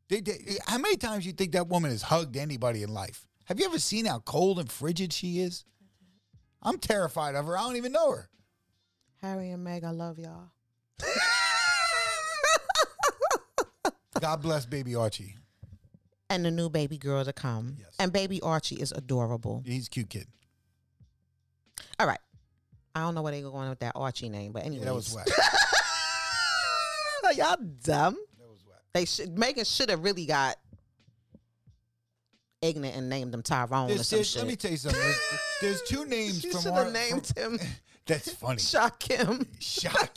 [SPEAKER 1] They, they, how many times you think that woman has hugged anybody in life? Have you ever seen how cold and frigid she is? I'm terrified of her. I don't even know her.
[SPEAKER 2] Harry and Meg, I love y'all.
[SPEAKER 1] God bless baby Archie.
[SPEAKER 2] And the new baby girl to come.
[SPEAKER 1] Yes.
[SPEAKER 2] And baby Archie is adorable.
[SPEAKER 1] He's a cute kid.
[SPEAKER 2] All right. I don't know where they were going with that Archie name, but anyway.
[SPEAKER 1] Yeah, that was whack.
[SPEAKER 2] Y'all dumb.
[SPEAKER 1] That was
[SPEAKER 2] They
[SPEAKER 5] They should Megan should have really got ignorant and named him Tyrone
[SPEAKER 1] There's,
[SPEAKER 5] or some
[SPEAKER 1] there's,
[SPEAKER 5] shit.
[SPEAKER 1] let me tell you something. There's, there's two names
[SPEAKER 5] she
[SPEAKER 1] from
[SPEAKER 5] should
[SPEAKER 1] our.
[SPEAKER 5] have named
[SPEAKER 1] from-
[SPEAKER 5] him
[SPEAKER 1] that's funny.
[SPEAKER 5] Shakim,
[SPEAKER 1] Shock.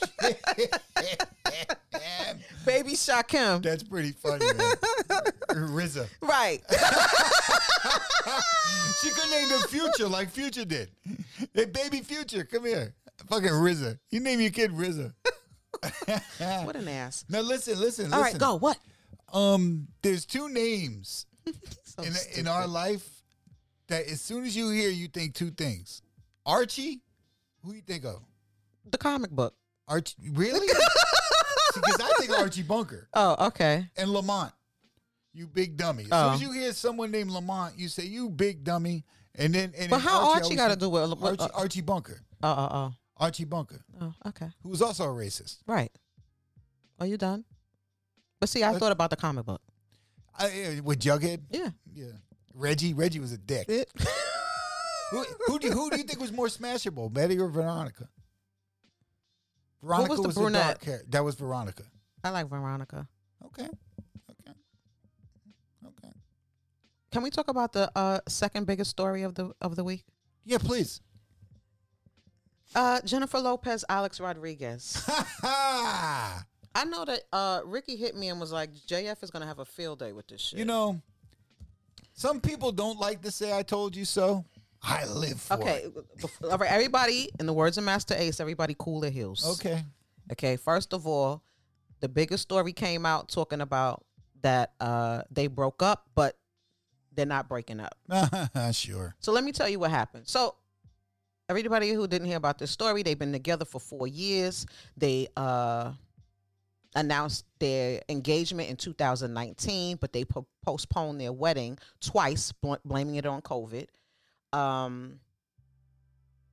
[SPEAKER 5] baby Shakim.
[SPEAKER 1] that's pretty funny. Man. RZA.
[SPEAKER 5] Right.
[SPEAKER 1] She could name the future like Future did. Hey, baby Future, come here. Fucking RZA. You name your kid RZA.
[SPEAKER 5] what an ass.
[SPEAKER 1] Now listen, listen, listen.
[SPEAKER 5] All right, go. What?
[SPEAKER 1] Um, there's two names
[SPEAKER 5] So
[SPEAKER 1] in
[SPEAKER 5] stupid.
[SPEAKER 1] in our life that as soon as you hear, you think two things. Archie, who you think of?
[SPEAKER 2] the comic book.
[SPEAKER 1] Archie, really? Because I think Archie Bunker
[SPEAKER 2] Oh, okay.
[SPEAKER 1] and Lamont. You big dummy. As soon
[SPEAKER 2] Oh.
[SPEAKER 1] as you hear someone named Lamont, you say you big dummy, and then and
[SPEAKER 2] But
[SPEAKER 1] then
[SPEAKER 2] how Archie
[SPEAKER 1] always
[SPEAKER 2] got to
[SPEAKER 1] think-
[SPEAKER 2] do with? with-
[SPEAKER 1] Archie,
[SPEAKER 2] uh,
[SPEAKER 1] Archie Bunker,
[SPEAKER 2] oh, oh,
[SPEAKER 1] Archie Bunker,
[SPEAKER 2] oh, oh, okay.
[SPEAKER 1] who was also a racist.
[SPEAKER 2] Right. Are you done? But see, I
[SPEAKER 1] Uh,
[SPEAKER 2] thought about the comic book.
[SPEAKER 1] I, uh, with Jughead,
[SPEAKER 2] Yeah.
[SPEAKER 1] yeah. Reggie, Reggie was a dick. Who, who, do, who do you think was more smashable, Betty or Veronica? Veronica
[SPEAKER 2] was the
[SPEAKER 1] dark
[SPEAKER 2] brunette?
[SPEAKER 1] hair. That was Veronica.
[SPEAKER 2] I like Veronica.
[SPEAKER 1] Okay. Okay. Okay.
[SPEAKER 2] Can we talk about the uh, second biggest story of the of the week?
[SPEAKER 1] Yeah, please.
[SPEAKER 2] Uh, Jennifer Lopez, Alex Rodriguez.
[SPEAKER 1] Ha
[SPEAKER 2] I know that uh, Ricky hit me and was like, "JF is gonna have a field day with this shit."
[SPEAKER 1] You know, some people don't like to say I told you so. I live for
[SPEAKER 2] Okay,
[SPEAKER 1] it.
[SPEAKER 2] bef- all right. Everybody, in the words of Master Ace, everybody cool their heels.
[SPEAKER 1] Okay.
[SPEAKER 2] Okay, first of all, the biggest story came out talking about that uh they broke up, but they're not breaking up.
[SPEAKER 1] sure.
[SPEAKER 2] So let me tell you what happened. So everybody who didn't hear about this story, they've been together for four years. They uh announced their engagement in 2019, but they po- postponed their wedding twice, bl- blaming it on COVID. Um,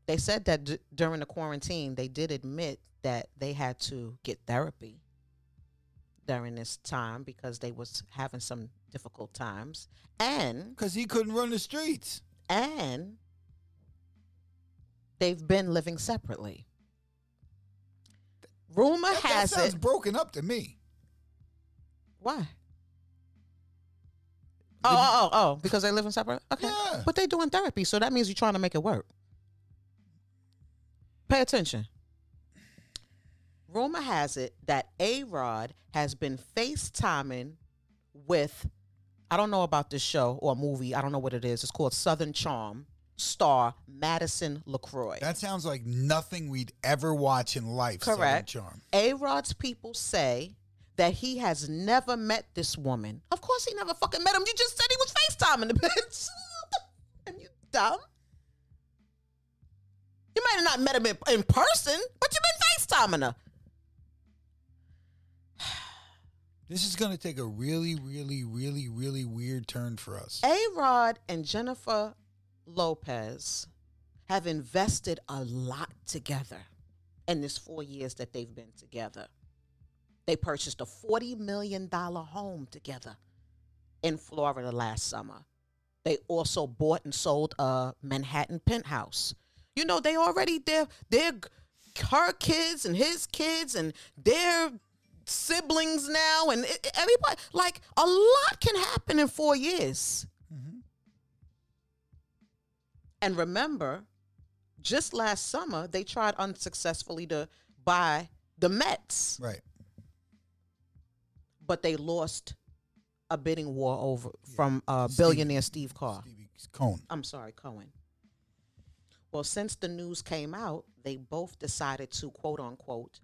[SPEAKER 2] they said that d- during the quarantine, they did admit that they had to get therapy during this time because they was having some difficult times and
[SPEAKER 1] Because he couldn't run the streets.
[SPEAKER 2] and they've been living separately. Rumor
[SPEAKER 1] That, that
[SPEAKER 2] has
[SPEAKER 1] sounds
[SPEAKER 2] it.
[SPEAKER 1] broken up to me.
[SPEAKER 2] Why? Oh, oh, oh, oh, because they live in separate. Okay,
[SPEAKER 1] Yeah.
[SPEAKER 2] but they're doing therapy, so that means you're trying to make it work. Pay attention. Rumor has it that A Rod has been FaceTiming with, I don't know about this show or movie, I don't know what it is. It's called Southern Charm star Madison LaCroix.
[SPEAKER 1] That sounds like nothing we'd ever watch in life. Southern
[SPEAKER 2] Correct.
[SPEAKER 1] Charm.
[SPEAKER 2] A Rod's people say that he has never met this woman. Of course, he never fucking met him. You just said he was FaceTiming the bitch. and you dumb. You might have not met him in, in person, but you've been FaceTiming her.
[SPEAKER 1] This is going to take a really, really, really, really weird turn for us.
[SPEAKER 2] A Rod and Jennifer Lopez have invested a lot together in this four years that they've been together. They purchased a $40 million home together in Florida last summer. They also bought and sold a Manhattan penthouse. You know, they already their their her kids and his kids and their siblings now and it- it- everybody like a lot can happen in 4 years.
[SPEAKER 1] Mm-hmm.
[SPEAKER 2] And remember, just last summer they tried unsuccessfully to buy the Mets,
[SPEAKER 1] Right.
[SPEAKER 2] but they lost a bidding war over from uh, billionaire Steve Carr.
[SPEAKER 1] Stevie Cohn.
[SPEAKER 2] I'm sorry, Cohen. Well, since the news came out, they both decided to quote unquote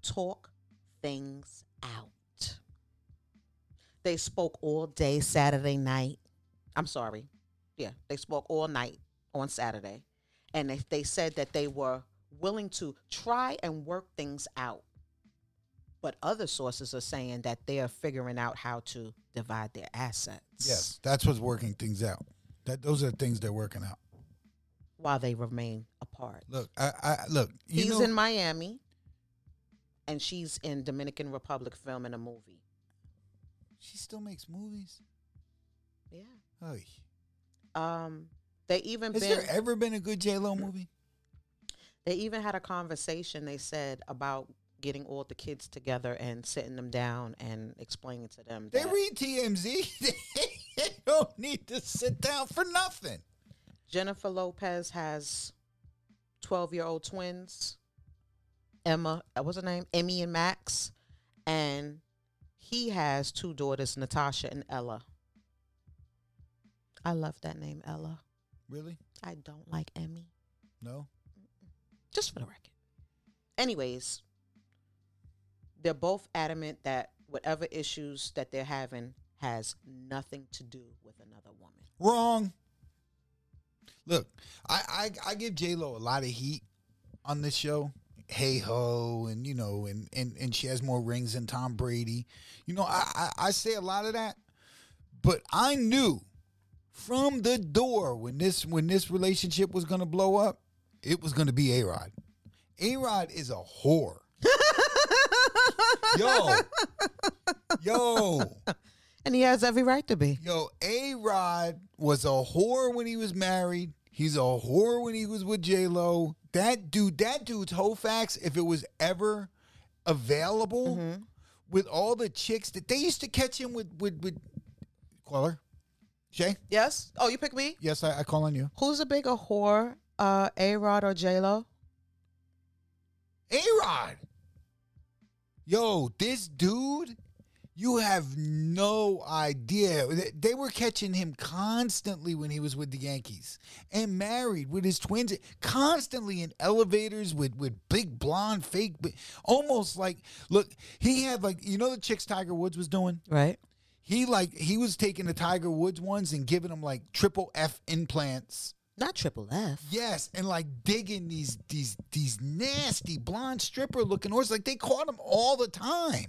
[SPEAKER 2] talk things out. They spoke all day Saturday night. I'm sorry. Yeah, they spoke all night on Saturday. And they, they said that they were willing to try and work things out. But other sources are saying that they are figuring out how to divide their assets.
[SPEAKER 1] Yes, that's what's working things out. That those are the things they're working out.
[SPEAKER 2] While they remain apart.
[SPEAKER 1] Look, I, I look. You
[SPEAKER 2] He's
[SPEAKER 1] know,
[SPEAKER 2] in Miami, and she's in Dominican Republic filming a movie.
[SPEAKER 1] she still makes movies.
[SPEAKER 2] Yeah.
[SPEAKER 1] Oy.
[SPEAKER 2] Um. They even
[SPEAKER 1] Has
[SPEAKER 2] been.
[SPEAKER 1] there ever been a good J Lo movie?
[SPEAKER 2] they even had a conversation. They said about getting all the kids together and sitting them down and explaining to them
[SPEAKER 1] They
[SPEAKER 2] that
[SPEAKER 1] read TMZ. they don't need to sit down for nothing.
[SPEAKER 2] Jennifer Lopez has 12 year old twins. Emma, uh, what's her name? Emmy and Max. And he has two daughters, Natasha and Ella. I love that name, Ella.
[SPEAKER 1] Really?
[SPEAKER 2] I don't like Emmy,
[SPEAKER 1] No.
[SPEAKER 2] just for the record. Anyways, they're both adamant that whatever issues that they're having has nothing to do with another woman.
[SPEAKER 1] Wrong. Look, I I, I give J Lo a lot of heat on this show. Hey ho, and you know, and and and she has more rings than Tom Brady. You know, I I, I say a lot of that, but I knew from the door when this when this relationship was gonna blow up, it was gonna be A Rod. A Rod is a whore. yo, yo.
[SPEAKER 2] And he has every right to be.
[SPEAKER 1] Yo, A Rod was a whore when he was married. He's a whore when he was with J Lo. That dude, that dude's whole facts, if it was ever available with all the chicks that they used to catch him with with with caller. Shay?
[SPEAKER 2] Yes? Oh, you pick me?
[SPEAKER 1] Yes, I, I call on you.
[SPEAKER 2] Who's a bigger whore, uh, A Rod or J Lo?
[SPEAKER 1] A Rod. Yo, this dude, you have no idea. They- They were catching him constantly when he was with the Yankees and married with his twins, constantly in elevators with, with big blonde fake, but almost like, look, he had like, you know, the chicks Tiger Woods was doing?
[SPEAKER 2] Right.
[SPEAKER 1] He like, he was taking the Tiger Woods ones and giving them like triple F implants.
[SPEAKER 2] Not triple F.
[SPEAKER 1] Yes, and like digging these these these nasty blonde stripper looking horses. Like they caught him all the time.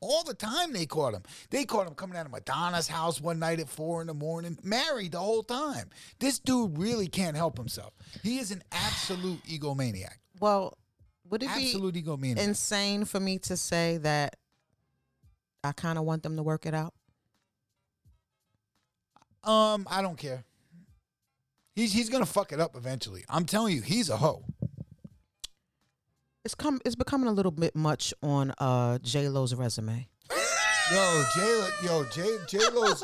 [SPEAKER 1] All the time they caught him. They caught him coming out of Madonna's house one night at four in the morning, married the whole time. This dude really can't help himself. He is an absolute egomaniac.
[SPEAKER 2] Well, would it
[SPEAKER 1] Absolute
[SPEAKER 2] be
[SPEAKER 1] egomaniac.
[SPEAKER 2] insane for me to say that I kind of want them to work it out?
[SPEAKER 1] um, I don't care. He's he's gonna fuck it up eventually. I'm telling you, he's a hoe.
[SPEAKER 2] It's come. It's becoming a little bit much on uh, J Lo's resume.
[SPEAKER 1] Yo, J yo, J J Lo's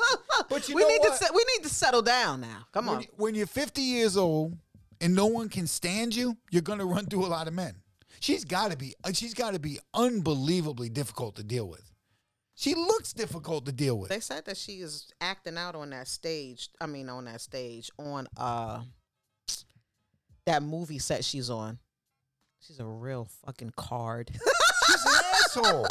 [SPEAKER 1] but you
[SPEAKER 2] we
[SPEAKER 1] know
[SPEAKER 2] need
[SPEAKER 1] what?
[SPEAKER 2] to se- we need to settle down now. Come
[SPEAKER 1] when,
[SPEAKER 2] on.
[SPEAKER 1] when you're 50 years old and no one can stand you, you're gonna run through a lot of men. She's got to be. uh, She's got to be unbelievably difficult to deal with. She looks difficult to deal with.
[SPEAKER 2] They said that she is acting out on that stage. I mean, on that stage on uh that movie set she's on. She's a real fucking card.
[SPEAKER 1] She's an asshole.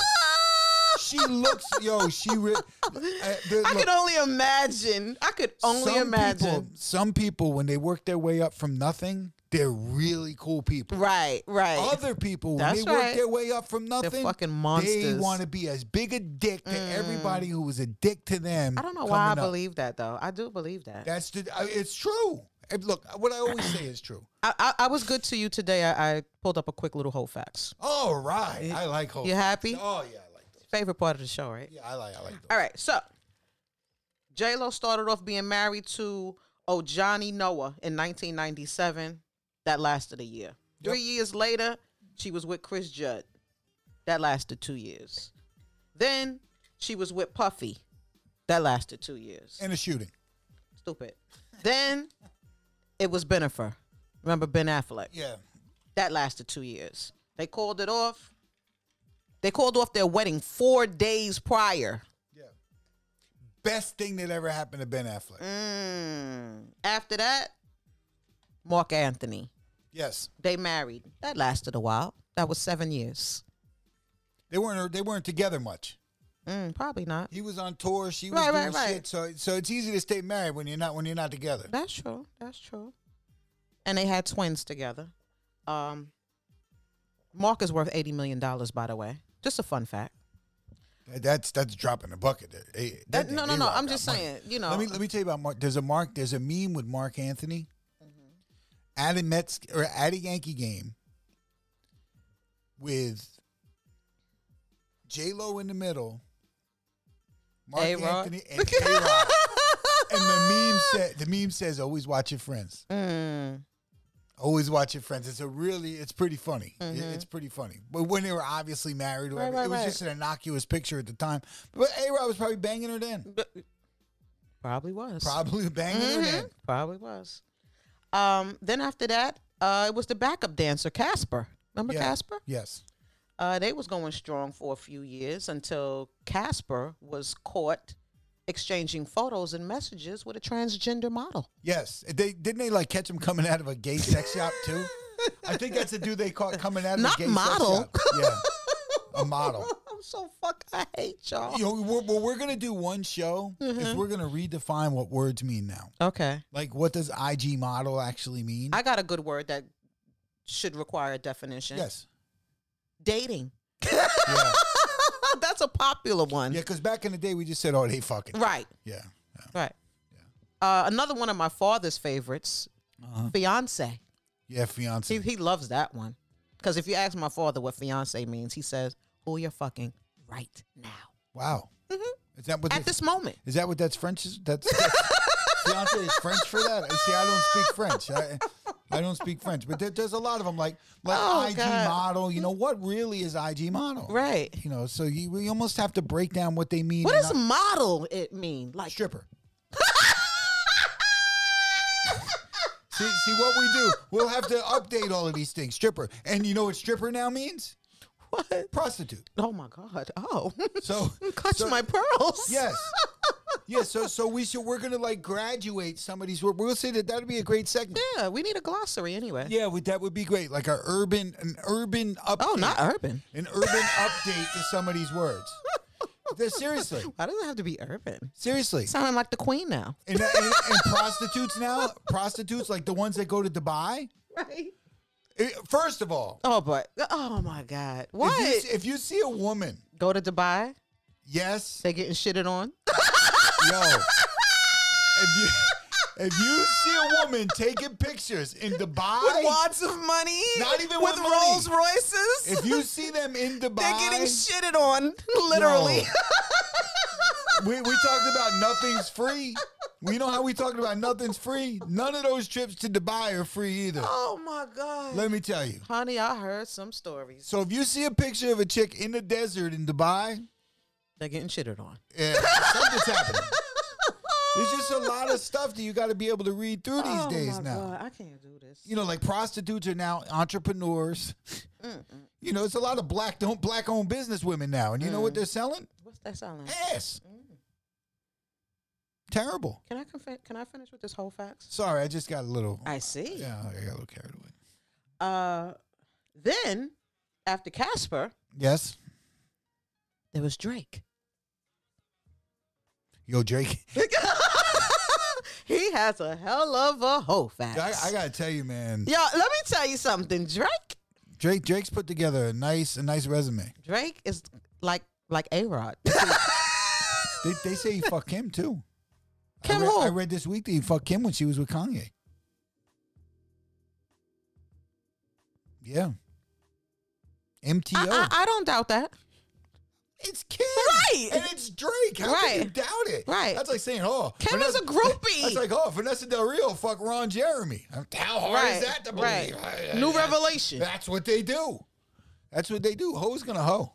[SPEAKER 1] She looks. Yo, she. Re- uh, the-
[SPEAKER 2] I
[SPEAKER 1] look,
[SPEAKER 2] could only imagine. I could only
[SPEAKER 1] some
[SPEAKER 2] imagine.
[SPEAKER 1] People, some people, when they work their way up from nothing, they're really cool people.
[SPEAKER 2] right, right.
[SPEAKER 1] Other people, when
[SPEAKER 2] That's
[SPEAKER 1] they work
[SPEAKER 2] right.
[SPEAKER 1] their way up from nothing,
[SPEAKER 2] fucking
[SPEAKER 1] They
[SPEAKER 2] monsters. Mm.
[SPEAKER 1] want to be as big a dick to everybody who was a dick to them.
[SPEAKER 2] I don't know why I
[SPEAKER 1] coming up.
[SPEAKER 2] believe that though. I do believe that.
[SPEAKER 1] That's the. I- It's true. And look, what I always say is true.
[SPEAKER 2] I, I, I was good to you today. I, I pulled up a quick little whole facts.
[SPEAKER 1] All right, I like hope.
[SPEAKER 2] You happy?
[SPEAKER 1] Oh yeah, I like those.
[SPEAKER 2] Favorite part of the show, right?
[SPEAKER 1] Yeah, I like. I like those.
[SPEAKER 2] All right, so J Lo started off being married to oh Johnny Noah in 1997. That lasted a year. Three years later, she was with Chris Judd. That lasted two years. Then she was with Puffy. That lasted two years.
[SPEAKER 1] And a shooting.
[SPEAKER 2] Stupid. Then it was Benifer. Remember Ben Affleck?
[SPEAKER 1] Yeah.
[SPEAKER 2] That lasted two years. They called it off. They called off their wedding four days prior.
[SPEAKER 1] Yeah. Best thing that ever happened to Ben Affleck.
[SPEAKER 2] Mm. After that, Mark Anthony.
[SPEAKER 1] Yes,
[SPEAKER 2] They married. That lasted a while. That was seven years.
[SPEAKER 1] they weren't. uh, They weren't together much.
[SPEAKER 2] Mm, probably not.
[SPEAKER 1] He was on tour. She was
[SPEAKER 2] Right,
[SPEAKER 1] doing
[SPEAKER 2] right, right.
[SPEAKER 1] shit. So, so it's easy to stay married when you're not when you're not together.
[SPEAKER 2] That's true. That's true. And they had twins together. Um, Mark is worth eighty million dollars, by the way. Just a fun fact.
[SPEAKER 1] That's that's dropping the bucket. That- that-
[SPEAKER 2] Uh, no, no, no.
[SPEAKER 1] A-Rod
[SPEAKER 2] I'm
[SPEAKER 1] got
[SPEAKER 2] just
[SPEAKER 1] money.
[SPEAKER 2] saying. You know.
[SPEAKER 1] Let me let me tell you about Mark. There's a Mark. There's a meme with Mark Anthony
[SPEAKER 2] Mm-hmm.
[SPEAKER 1] at a Mets or at a Yankee game with J Lo in the middle, Mark
[SPEAKER 2] A-Rod.
[SPEAKER 1] Anthony and A-Rod. and the meme said the meme says always watch your friends.
[SPEAKER 2] Mm.
[SPEAKER 1] Always watch your friends. It's a really, it's pretty funny. It- It's pretty funny. But when they were obviously married, or
[SPEAKER 2] Mm-hmm. Right,
[SPEAKER 1] whatever,
[SPEAKER 2] right,
[SPEAKER 1] it was
[SPEAKER 2] right.
[SPEAKER 1] just an innocuous picture at the time. But A Rod was probably banging her then.
[SPEAKER 2] Probably was. Hmm?
[SPEAKER 1] Probably banging
[SPEAKER 2] Mm-hmm.
[SPEAKER 1] her then.
[SPEAKER 2] Probably was. Um, then after that, uh, it was the backup dancer Casper. Remember
[SPEAKER 1] Yeah.
[SPEAKER 2] Casper?
[SPEAKER 1] Yes.
[SPEAKER 2] Uh, they was going strong for a few years until Casper was caught exchanging photos and messages with a transgender model.
[SPEAKER 1] Yes. They didn't they like catch him coming out of a gay sex shop too? I think that's the dude they caught coming out of
[SPEAKER 2] Not
[SPEAKER 1] a gay
[SPEAKER 2] model.
[SPEAKER 1] sex shop. Yeah. A model.
[SPEAKER 2] I'm so fuck. I hate y'all.
[SPEAKER 1] You know, we're, what we're gonna do one show is
[SPEAKER 2] Mm-hmm.
[SPEAKER 1] we're gonna redefine what words mean now.
[SPEAKER 2] Okay,
[SPEAKER 1] Like, what does IG model actually mean?
[SPEAKER 2] I got a good word that should require a definition.
[SPEAKER 1] yes.
[SPEAKER 2] dating.
[SPEAKER 1] Yeah.
[SPEAKER 2] That's a popular one.
[SPEAKER 1] Yeah, because back in the day we just said, "Oh, they fucking."
[SPEAKER 2] Right.
[SPEAKER 1] Yeah. yeah.
[SPEAKER 2] Right. Uh, another one of my father's favorites,
[SPEAKER 1] Uh-huh.
[SPEAKER 2] fiance.
[SPEAKER 1] Yeah, fiance.
[SPEAKER 2] He, he loves that one. Because if you ask my father what fiance means, he says, who you're fucking right now.
[SPEAKER 1] Wow. Is that what?
[SPEAKER 2] At
[SPEAKER 1] they-
[SPEAKER 2] this moment.
[SPEAKER 1] is that what that's French? Is that's fiance is French for that? See, I don't speak French. I, I don't speak French, but there, there's a lot of them like like
[SPEAKER 2] Oh,
[SPEAKER 1] IG
[SPEAKER 2] God.
[SPEAKER 1] model. You know what really is IG model?
[SPEAKER 2] Right.
[SPEAKER 1] You know, so you we almost have to break down what they mean.
[SPEAKER 2] What
[SPEAKER 1] and
[SPEAKER 2] does
[SPEAKER 1] not-
[SPEAKER 2] model it mean? Like
[SPEAKER 1] stripper? See, see what we do. We'll have to update all of these things. Stripper, and you know what stripper now means?
[SPEAKER 2] what?
[SPEAKER 1] Prostitute.
[SPEAKER 2] Oh my God. Oh.
[SPEAKER 1] So
[SPEAKER 2] Clutch
[SPEAKER 1] so-
[SPEAKER 2] my pearls.
[SPEAKER 1] Yes. Yeah, so so we should we're gonna like graduate some of these. We're, we'll say that that'd be a great segment.
[SPEAKER 2] Yeah, we need a glossary anyway.
[SPEAKER 1] Yeah, we, that would be great. Like a urban an urban update.
[SPEAKER 2] Oh, not urban.
[SPEAKER 1] an urban update to some of these words. They're- seriously,
[SPEAKER 2] Why does it have to be urban?
[SPEAKER 1] seriously.
[SPEAKER 2] Sounding like the queen now.
[SPEAKER 1] And, uh, and, and prostitutes now, prostitutes like the ones that go to Dubai.
[SPEAKER 2] Right.
[SPEAKER 1] Eh, First of all,
[SPEAKER 2] Oh, but oh my God! What?
[SPEAKER 1] if you, if you see a woman,
[SPEAKER 2] Go to Dubai?
[SPEAKER 1] yes,
[SPEAKER 2] They getting shitted on?
[SPEAKER 1] Yo, if you if you see a woman taking pictures in Dubai,
[SPEAKER 2] of money?
[SPEAKER 1] Not even with with money. Rolls
[SPEAKER 2] Royces?
[SPEAKER 1] if you see them in Dubai,
[SPEAKER 2] shitted on,
[SPEAKER 1] yo. we we talked about nothing's free. We know how we talked about nothing's free. None of those trips to Dubai are free either.
[SPEAKER 2] Oh my God!
[SPEAKER 1] Let me tell you.
[SPEAKER 2] Honey, I heard some stories.
[SPEAKER 1] So if you see a picture of a chick in the desert in Dubai,
[SPEAKER 2] They're getting shitted on.
[SPEAKER 1] eh, something's happening. There's just a lot of stuff that you got to be able to read through these
[SPEAKER 2] oh
[SPEAKER 1] days
[SPEAKER 2] my
[SPEAKER 1] now.
[SPEAKER 2] God, I can't do this.
[SPEAKER 1] you know, like prostitutes are now entrepreneurs. You know, it's a lot of black don't black owned business women now, and you know what
[SPEAKER 2] Mm.
[SPEAKER 1] they're selling?
[SPEAKER 2] What's that sound like?
[SPEAKER 1] Ass. Terrible.
[SPEAKER 2] Can I conf- Can I finish with this whole fax?
[SPEAKER 1] Sorry, I just got a little.
[SPEAKER 2] I see.
[SPEAKER 1] yeah, I got a little carried away.
[SPEAKER 2] Uh, then after Casper,
[SPEAKER 1] Yes,
[SPEAKER 2] there was Drake.
[SPEAKER 1] yo, Drake.
[SPEAKER 2] he has a hell of a whole fax.
[SPEAKER 1] I, I gotta tell you, man.
[SPEAKER 2] Yo, let me tell you something. Drake,
[SPEAKER 1] Drake Drake's put together a nice a nice resume.
[SPEAKER 2] Drake is like like A Rod.
[SPEAKER 1] They, they say he fucked Kim too.
[SPEAKER 2] Kim
[SPEAKER 1] I read,
[SPEAKER 2] who?
[SPEAKER 1] I read this week that he fucked Kim when she was with Kanye. Yeah. MTO.
[SPEAKER 2] I, I, I don't doubt that.
[SPEAKER 1] It's Kim.
[SPEAKER 2] Right.
[SPEAKER 1] And it's Drake. How can you
[SPEAKER 2] Right.
[SPEAKER 1] doubt it?
[SPEAKER 2] Right.
[SPEAKER 1] That's like saying, oh.
[SPEAKER 2] Kim is
[SPEAKER 1] Vanessa-
[SPEAKER 2] a groupie.
[SPEAKER 1] That's like, oh, Vanessa Del Rio fuck Ron Jeremy. How hard
[SPEAKER 2] right.
[SPEAKER 1] is that to
[SPEAKER 2] right.
[SPEAKER 1] believe?
[SPEAKER 2] New revelation.
[SPEAKER 1] That's what they do. That's what they do. Ho's gonna hoe.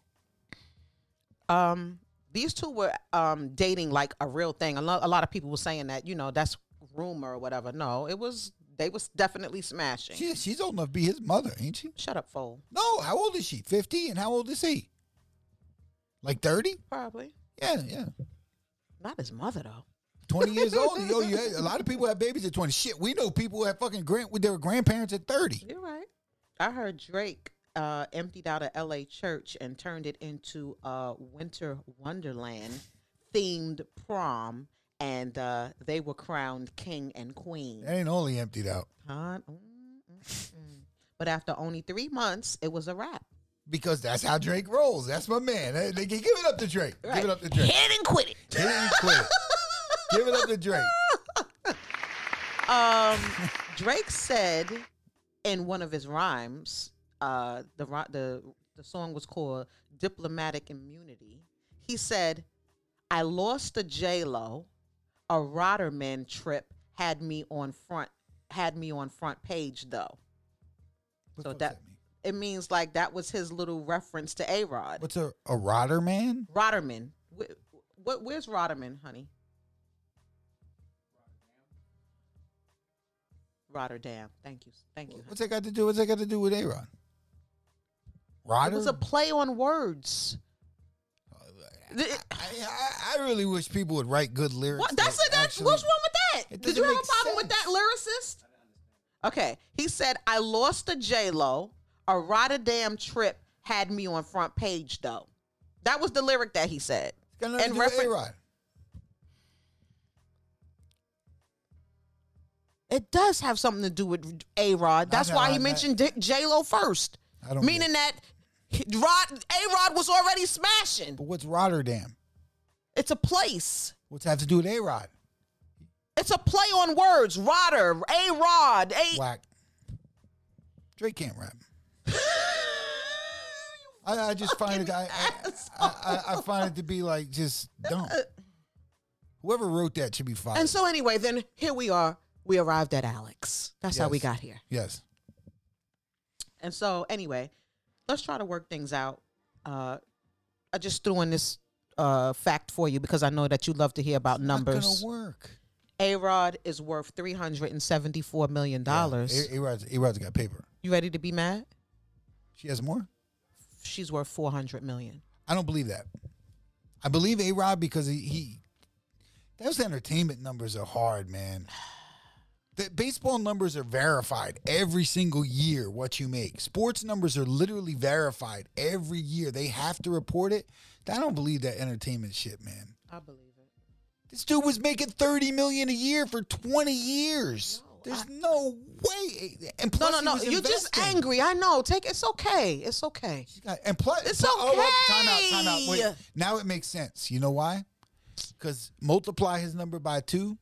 [SPEAKER 2] Um, these two were um dating like a real thing. A lot, a lot of people were saying that you know that's rumor or whatever. No, it was they was definitely smashing.
[SPEAKER 1] She, she's old enough to be his mother, ain't she?
[SPEAKER 2] Shut up, fool.
[SPEAKER 1] No, how old is she? 50? And how old is he? Like 30?
[SPEAKER 2] Probably
[SPEAKER 1] Yeah, yeah.
[SPEAKER 2] not his mother though.
[SPEAKER 1] 20 years old. Yo, you had, a lot of people have babies at 20. Shit, we know people who have fucking grand, with their grandparents at 30.
[SPEAKER 2] You're right. I heard Drake uh, emptied out a LA church and turned it into a winter wonderland themed prom, and uh, they were crowned king and queen.
[SPEAKER 1] That ain't all he emptied out.
[SPEAKER 2] Huh? Mm, mm, mm. But after only three months, it was a wrap.
[SPEAKER 1] Because that's how Drake rolls. That's my man. They, they- give it up to Drake. Give
[SPEAKER 2] Right.
[SPEAKER 1] it up to Drake.
[SPEAKER 5] Hit and quit it.
[SPEAKER 1] Hit it and quit it. Give it up to Drake.
[SPEAKER 2] Um, Drake said in one of his rhymes, uh, the ri- the the song was called "Diplomatic Immunity." He said, "I lost a J Lo, a Roderman trip had me on front had me on front page though."
[SPEAKER 1] What
[SPEAKER 2] So
[SPEAKER 1] the fuck's
[SPEAKER 2] that-
[SPEAKER 1] mean?
[SPEAKER 2] It means like that was his little reference to A Rod.
[SPEAKER 1] What's a a rotter man?
[SPEAKER 2] Rodderman. Wh- wh- where's Rodderman, honey? Rotterdam. Thank you. Thank you. honey.
[SPEAKER 1] What's that got to do? What's that got to do with Aaron?
[SPEAKER 2] It
[SPEAKER 1] Rotter.
[SPEAKER 2] was a play on words.
[SPEAKER 1] Oh, I, I, I really wish people would write good lyrics.
[SPEAKER 2] What? That's
[SPEAKER 1] that
[SPEAKER 2] it. That's
[SPEAKER 1] actually-
[SPEAKER 2] what's wrong with that?
[SPEAKER 1] it
[SPEAKER 2] Did you
[SPEAKER 1] doesn't
[SPEAKER 2] have a
[SPEAKER 1] make
[SPEAKER 2] problem with
[SPEAKER 1] sense.
[SPEAKER 2] that lyricist? Okay, he said I lost to J Lo. A Rotterdam trip had me on front page though. That was the lyric that he said.
[SPEAKER 1] It's got nothing
[SPEAKER 2] And
[SPEAKER 1] to do with
[SPEAKER 2] refer-
[SPEAKER 1] A-Rod.
[SPEAKER 2] It does have something to do with A Rod. That's
[SPEAKER 1] no,
[SPEAKER 2] why
[SPEAKER 1] I
[SPEAKER 2] he
[SPEAKER 1] meant-
[SPEAKER 2] mentioned J Lo first,
[SPEAKER 1] I don't
[SPEAKER 2] meaning that he- Rod A Rod was already smashing.
[SPEAKER 1] But what's Rotterdam?
[SPEAKER 2] It's a place.
[SPEAKER 1] What's have to do with A-Rod?
[SPEAKER 2] It's a play on words. Rodder, A Rod, A.
[SPEAKER 1] Whack. Drake can't rap. I, I just find it. I, I, I, I- I find it to be like just dumb. Whoever wrote that should be fired.
[SPEAKER 2] And so anyway, then here we are. We arrived at Alex. That's how we
[SPEAKER 1] Yes.
[SPEAKER 2] got here.
[SPEAKER 1] yes.
[SPEAKER 2] And so anyway, let's try to work things out. Uh, I just threw in this uh, fact for you because I know that you love to hear about
[SPEAKER 1] Not
[SPEAKER 2] numbers.
[SPEAKER 1] gonna work.
[SPEAKER 2] A Rod is worth three hundred and seventy-four million dollars.
[SPEAKER 1] A- A-Rod's, A-Rod's got paper.
[SPEAKER 2] you ready to be mad?
[SPEAKER 1] She has more.
[SPEAKER 2] She's worth four hundred million.
[SPEAKER 1] I don't believe that. I believe A Rod because he, he those entertainment numbers are hard, man. The baseball numbers are verified every single year what you make. Sports numbers are literally verified every year. They have to report it. I don't believe that entertainment shit, man.
[SPEAKER 2] I believe it.
[SPEAKER 1] This dude was making 30 million a year for 20 years. There's no way. And
[SPEAKER 2] No,
[SPEAKER 1] plus
[SPEAKER 2] no,
[SPEAKER 1] he
[SPEAKER 2] no.
[SPEAKER 1] was
[SPEAKER 2] You're just
[SPEAKER 1] investing.
[SPEAKER 2] angry. I know. Take it's okay. It's okay.
[SPEAKER 1] She's got- and plus,
[SPEAKER 2] It's
[SPEAKER 1] plus- oh, well, time out, time out.
[SPEAKER 2] okay.
[SPEAKER 1] Wait, now it makes sense. You know why? Because multiply his number by two,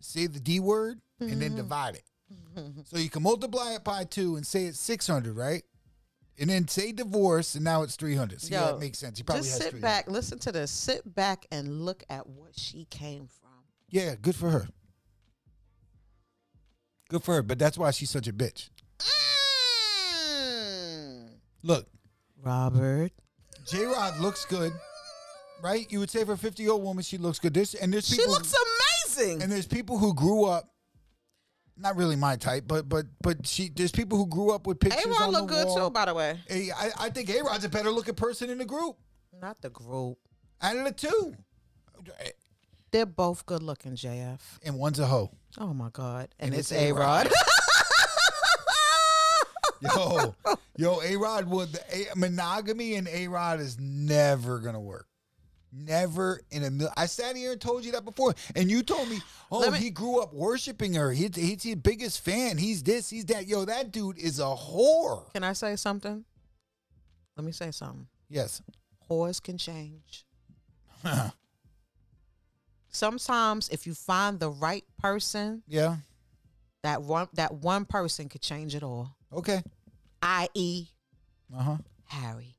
[SPEAKER 1] say the D word, and
[SPEAKER 2] Mm-hmm.
[SPEAKER 1] then divide it. so you can multiply it by two and say it's six hundred, right? And then say divorce, and now it's three hundred. See how
[SPEAKER 2] Yo,
[SPEAKER 1] that makes sense. He probably
[SPEAKER 2] just
[SPEAKER 1] has
[SPEAKER 2] sit
[SPEAKER 1] 300.
[SPEAKER 2] back, listen to this. Sit back and look at what she came from.
[SPEAKER 1] Yeah, good for her. Good for her, but that's why she's such a bitch.
[SPEAKER 2] Mm.
[SPEAKER 1] Look,
[SPEAKER 2] Robert.
[SPEAKER 1] J Rod looks good, right? You would say for a fifty year old woman, she looks good. This and there's
[SPEAKER 2] She
[SPEAKER 1] people
[SPEAKER 2] looks amazing.
[SPEAKER 1] and there's people who grew up not really my type but but but she there's people who grew up with pictures
[SPEAKER 2] A-Rod
[SPEAKER 1] on
[SPEAKER 2] look
[SPEAKER 1] the
[SPEAKER 2] good
[SPEAKER 1] wall.
[SPEAKER 2] too, by the way.
[SPEAKER 1] Hey, I, I think A-Rod's a better looking person in the group
[SPEAKER 2] Not the group.
[SPEAKER 1] out of the two
[SPEAKER 2] They're both good looking, JF.
[SPEAKER 1] and one's a hoe
[SPEAKER 2] Oh my God. And,
[SPEAKER 1] And
[SPEAKER 2] it's
[SPEAKER 1] it's
[SPEAKER 2] A Rod.
[SPEAKER 1] yo yo A-Rod would the a, monogamy and A-Rod is never gonna work Never in a mil- I sat here and told you that before, and you told me, "Oh,
[SPEAKER 2] Let me-
[SPEAKER 1] he grew up worshiping her. He's he's his biggest fan. He's this. He's that. Yo, that dude is a whore."
[SPEAKER 2] Can I say something? Let me say something.
[SPEAKER 1] Yes,
[SPEAKER 2] Whores can change. Sometimes if you find the right person,
[SPEAKER 1] yeah.
[SPEAKER 2] that one that one person could change it all.
[SPEAKER 1] Okay.
[SPEAKER 2] I.e.
[SPEAKER 1] Uh huh.
[SPEAKER 2] Harry.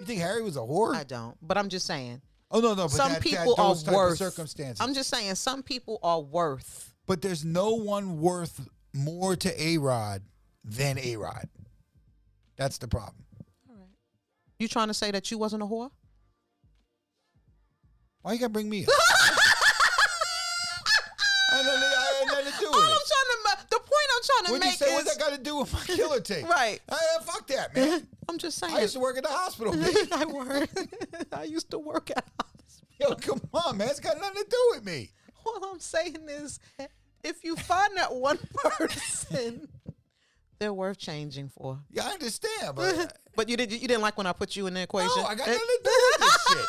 [SPEAKER 1] You think Harry was a whore?
[SPEAKER 2] I don't. But I'm just saying.
[SPEAKER 1] oh no, no. But
[SPEAKER 2] some
[SPEAKER 1] that,
[SPEAKER 2] people
[SPEAKER 1] that, those
[SPEAKER 2] are
[SPEAKER 1] type
[SPEAKER 2] worth
[SPEAKER 1] of circumstances.
[SPEAKER 2] I'm just saying some people are worth.
[SPEAKER 1] but there's no one worth more to A Rod than A Rod. That's the problem.
[SPEAKER 2] You trying to say that you wasn't a whore?
[SPEAKER 1] Why you gotta bring me up? I don't know. I had nothing to do
[SPEAKER 2] All I'm
[SPEAKER 1] with
[SPEAKER 2] trying
[SPEAKER 1] it.
[SPEAKER 2] to ma- the point I'm trying to
[SPEAKER 1] What you say? What
[SPEAKER 2] make
[SPEAKER 1] that
[SPEAKER 2] is
[SPEAKER 1] got to do with my killer tape?
[SPEAKER 2] Right.
[SPEAKER 1] Uh, fuck that, man.
[SPEAKER 2] I'm just
[SPEAKER 1] I
[SPEAKER 2] saying.
[SPEAKER 1] used to work at the hospital. man.
[SPEAKER 2] I work. I used to work at hospital.
[SPEAKER 1] Yo, come on, man. It's got nothing to do with me.
[SPEAKER 2] All I'm saying is, if you find that one person, they're worth changing for.
[SPEAKER 1] Yeah, I understand, but uh,
[SPEAKER 2] But you did. You didn't like when I put you in the equation. Eh,
[SPEAKER 1] No, I got nothing to do with this shit.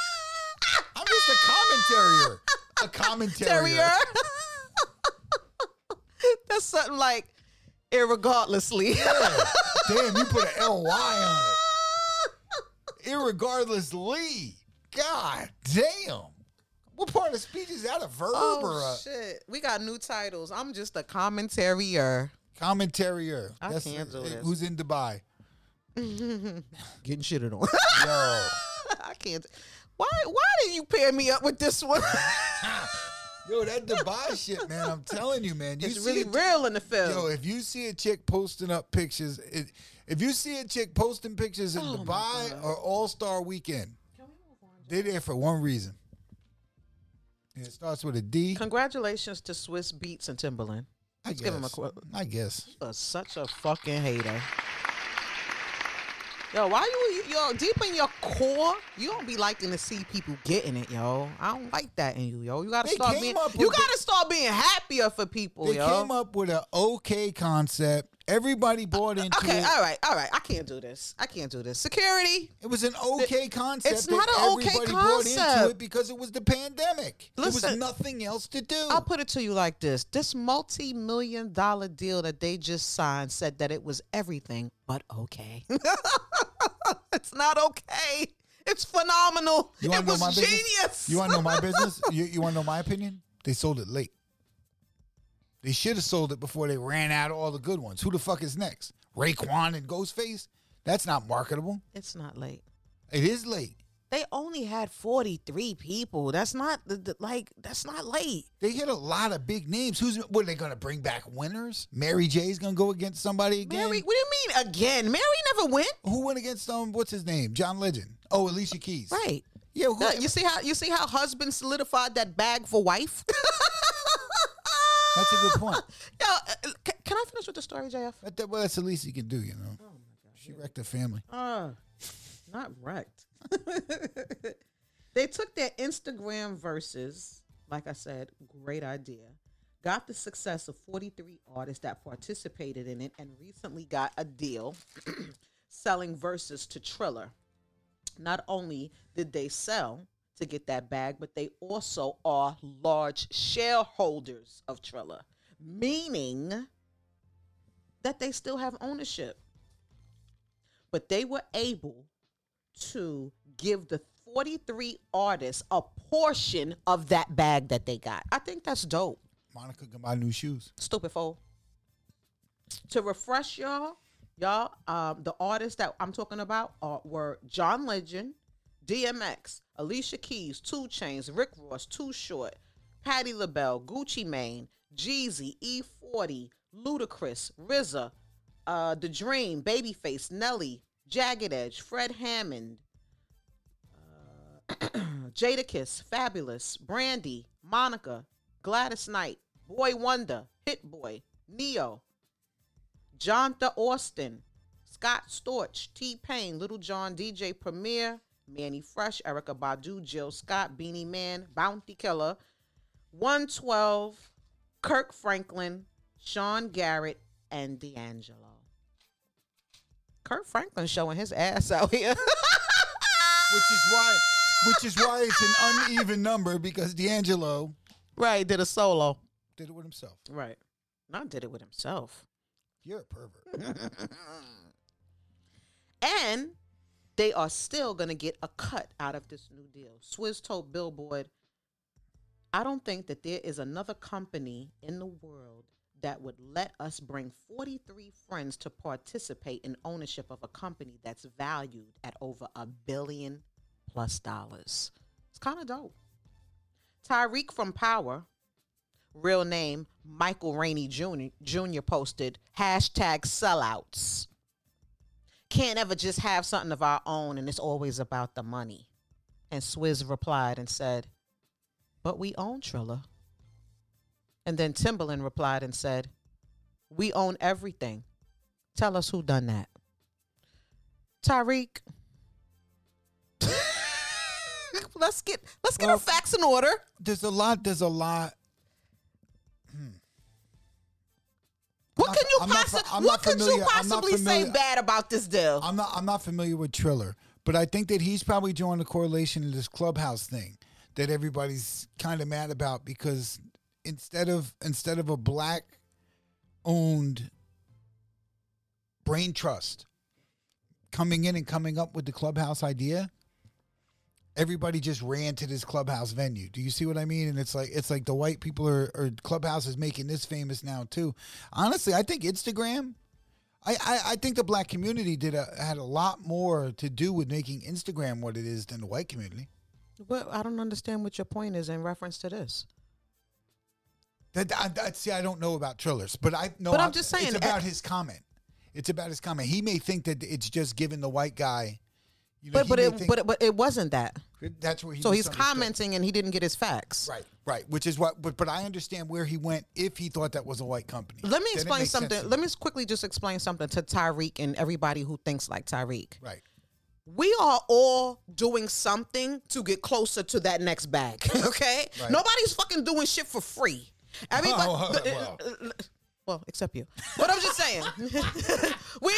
[SPEAKER 1] I'm just a commentarier. A
[SPEAKER 2] Terrier.
[SPEAKER 1] commentarier.
[SPEAKER 2] That's something like, irregardlessly.
[SPEAKER 1] Yeah. Damn, you put an L Y on it. Irregardless Lee. God damn. What part of speech is that a verb or a
[SPEAKER 2] Oh shit! We got new titles. I'm just a commentarier.
[SPEAKER 1] commentarier?
[SPEAKER 2] I can't do this.
[SPEAKER 1] Who's in Dubai?
[SPEAKER 2] Getting shitted on.
[SPEAKER 1] Yo.
[SPEAKER 2] I can't. Why? Why did you pair me up with this one?
[SPEAKER 1] Yo, that Dubai shit, man. I'm telling you, man. You
[SPEAKER 2] It's
[SPEAKER 1] see
[SPEAKER 2] really
[SPEAKER 1] it-
[SPEAKER 2] real in the film.
[SPEAKER 1] Yo, if you see a chick posting up pictures, it, if you see a chick posting pictures in
[SPEAKER 2] Oh, my
[SPEAKER 1] Dubai
[SPEAKER 2] God.
[SPEAKER 1] or All Star Weekend, they're there for one reason. And It starts with a D.
[SPEAKER 2] Congratulations to Swiss Beats and Timberland.
[SPEAKER 1] I guess.
[SPEAKER 2] give 'em a quote.
[SPEAKER 1] I guess.
[SPEAKER 2] You are such a fucking hater. Yo, why you, you yo deep in your core? You don't be liking to see people getting it, yo. I don't like that in you, yo. You gotta
[SPEAKER 1] They
[SPEAKER 2] start
[SPEAKER 1] came
[SPEAKER 2] being
[SPEAKER 1] up
[SPEAKER 2] you
[SPEAKER 1] with
[SPEAKER 2] gotta start being happier for people,
[SPEAKER 1] They
[SPEAKER 2] yo.
[SPEAKER 1] came up with an okay concept. Everybody bought into
[SPEAKER 2] okay,
[SPEAKER 1] it.
[SPEAKER 2] all right, all right. I can't do this. I can't do this. Security.
[SPEAKER 1] It was an okay concept.
[SPEAKER 2] it's
[SPEAKER 1] that
[SPEAKER 2] not an okay
[SPEAKER 1] everybody brought into
[SPEAKER 2] concept.
[SPEAKER 1] it because it was the pandemic. there was
[SPEAKER 2] Listen.
[SPEAKER 1] nothing else to do.
[SPEAKER 2] I'll put it to you like this: this multi-million dollar deal that they just signed said that it was everything but okay. it's not okay. It's phenomenal.
[SPEAKER 1] You
[SPEAKER 2] it
[SPEAKER 1] want to know
[SPEAKER 2] was
[SPEAKER 1] my
[SPEAKER 2] genius.
[SPEAKER 1] business? You want to know my business? You, you want to know my opinion? They sold it late. They should have sold it before they ran out of all the good ones. Who the fuck is next? Raekwon and Ghostface? That's not marketable.
[SPEAKER 2] it's not late.
[SPEAKER 1] It is late.
[SPEAKER 2] They only had forty-three people. That's not the, the- like. That's not late.
[SPEAKER 1] They hit a lot of big names. Who's what? Are they gonna bring back winners? Mary J's gonna go against somebody again.
[SPEAKER 2] Mary, what do you mean again? Mary never went.
[SPEAKER 1] Who went against um? What's his name? John Legend. Oh, Alicia Keys.
[SPEAKER 2] Right.
[SPEAKER 1] Yeah. Who,
[SPEAKER 2] Uh, you see how you see how husband solidified that bag for wife.
[SPEAKER 1] that's a good point.
[SPEAKER 2] Yo, uh, c- can I finish with the story, JF?
[SPEAKER 1] That, that, well, that's the least you can do. You know. She wrecked her family.
[SPEAKER 2] Uh, not wrecked. they took their Instagram verses, like I said, great idea, got the success of 43 artists that participated in it, and recently got a deal selling verses to Triller. Not only did they sell to get that bag, but they also are large shareholders of Triller, meaning that they still have ownership but they were able to give the 43 artists a portion of that bag that they got. I think that's dope.
[SPEAKER 1] Monica can buy new shoes.
[SPEAKER 2] Stupid fool. To refresh y'all, y'all, um, the artists that I'm talking about are, were John Legend, DMX, Alicia Keys, Two Chains, Rick Ross, Too Short, Patti LaBelle, Gucci Mane, Jeezy, E40, Ludacris, RZA, uh, The Dream, Babyface, Nelly, Jagged Edge, Fred Hammond, Jadakiss, Fabulous, Brandy, Monica, Gladys Knight, Boy Wonder, Hit Boy, Neo, Jonathan Austin, Scott Storch, T Pain, Little John, DJ Premier, Manny Fresh, Erica Badu, Jill Scott, Beanie Man, Bounty Killer, 112, Kirk Franklin, Sean Garrett, and D'Angelo. Kirk Franklin showing his ass out here.
[SPEAKER 1] which is why which is why it's an uneven number because D'Angelo
[SPEAKER 2] right, did a solo.
[SPEAKER 1] did it with himself.
[SPEAKER 2] Right. Not did it with himself.
[SPEAKER 1] You're a pervert.
[SPEAKER 2] And they are still going to get a cut out of this new deal. Swizz told Billboard, I don't think that there is another company in the world that would let us bring 43 friends to participate in ownership of a company that's valued at over a billion plus dollars. It's kind of dope. Tyreek from Power, real name Michael Rainey Jr., Jr. posted hashtag sellouts can't ever just have something of our own and it's always about the money. And Swizz replied and said, But we own Triller. And then Timbaland replied and said, We own everything. Tell us who done that. Tyreek. let's get let's get
[SPEAKER 1] Well-
[SPEAKER 2] our facts in order.
[SPEAKER 1] There's a lot. There's a lot.
[SPEAKER 2] What
[SPEAKER 1] I'm
[SPEAKER 2] can you
[SPEAKER 1] not- I'm not fa-
[SPEAKER 2] possibly
[SPEAKER 1] I'm
[SPEAKER 2] what
[SPEAKER 1] not
[SPEAKER 2] could you
[SPEAKER 1] familiar- I'm not
[SPEAKER 2] possibly say
[SPEAKER 1] familiar-
[SPEAKER 2] bad about this deal?
[SPEAKER 1] I'm not. I'm not familiar with Triller, but I think that he's probably drawing the correlation to this clubhouse thing that everybody's kind of mad about because instead of instead of a black owned brain trust coming in and coming up with the clubhouse idea everybody just ran to this clubhouse venue do you see what i mean and it's like it's like the white people are, are clubhouse is making this famous now too honestly i think instagram I, I, I think the black community did a, had a lot more to do with making Instagram what it is than the white community.
[SPEAKER 2] Well, I don't understand what your point is in reference to this.
[SPEAKER 1] That, I, that see, I don't know about Trillers, but I know.
[SPEAKER 2] But I'm just saying,
[SPEAKER 1] it's
[SPEAKER 2] uh,
[SPEAKER 1] about his comment. It's about his comment. He may think that it's just giving the white guy. You know,
[SPEAKER 2] But
[SPEAKER 1] he
[SPEAKER 2] but
[SPEAKER 1] may
[SPEAKER 2] it,
[SPEAKER 1] think
[SPEAKER 2] but it- but it wasn't that.
[SPEAKER 1] that's where he.
[SPEAKER 2] So he's
[SPEAKER 1] misunderstood.
[SPEAKER 2] commenting and he didn't get his facts.
[SPEAKER 1] Right, right. Which is what, but, but I understand where he went if he thought that was a white company.
[SPEAKER 2] Let me
[SPEAKER 1] Then it
[SPEAKER 2] explain
[SPEAKER 1] makes sense
[SPEAKER 2] something.
[SPEAKER 1] to
[SPEAKER 2] Let me just quickly just explain something to Tyreek and everybody who thinks like Tyreek.
[SPEAKER 1] Right.
[SPEAKER 2] We
[SPEAKER 5] are all doing something to get closer to that next bag. Okay,
[SPEAKER 1] Right.
[SPEAKER 5] nobody's fucking doing shit for free. Everybody,
[SPEAKER 1] Wow,
[SPEAKER 5] the-
[SPEAKER 1] wow.
[SPEAKER 2] well, except you.
[SPEAKER 5] but I'm just saying, we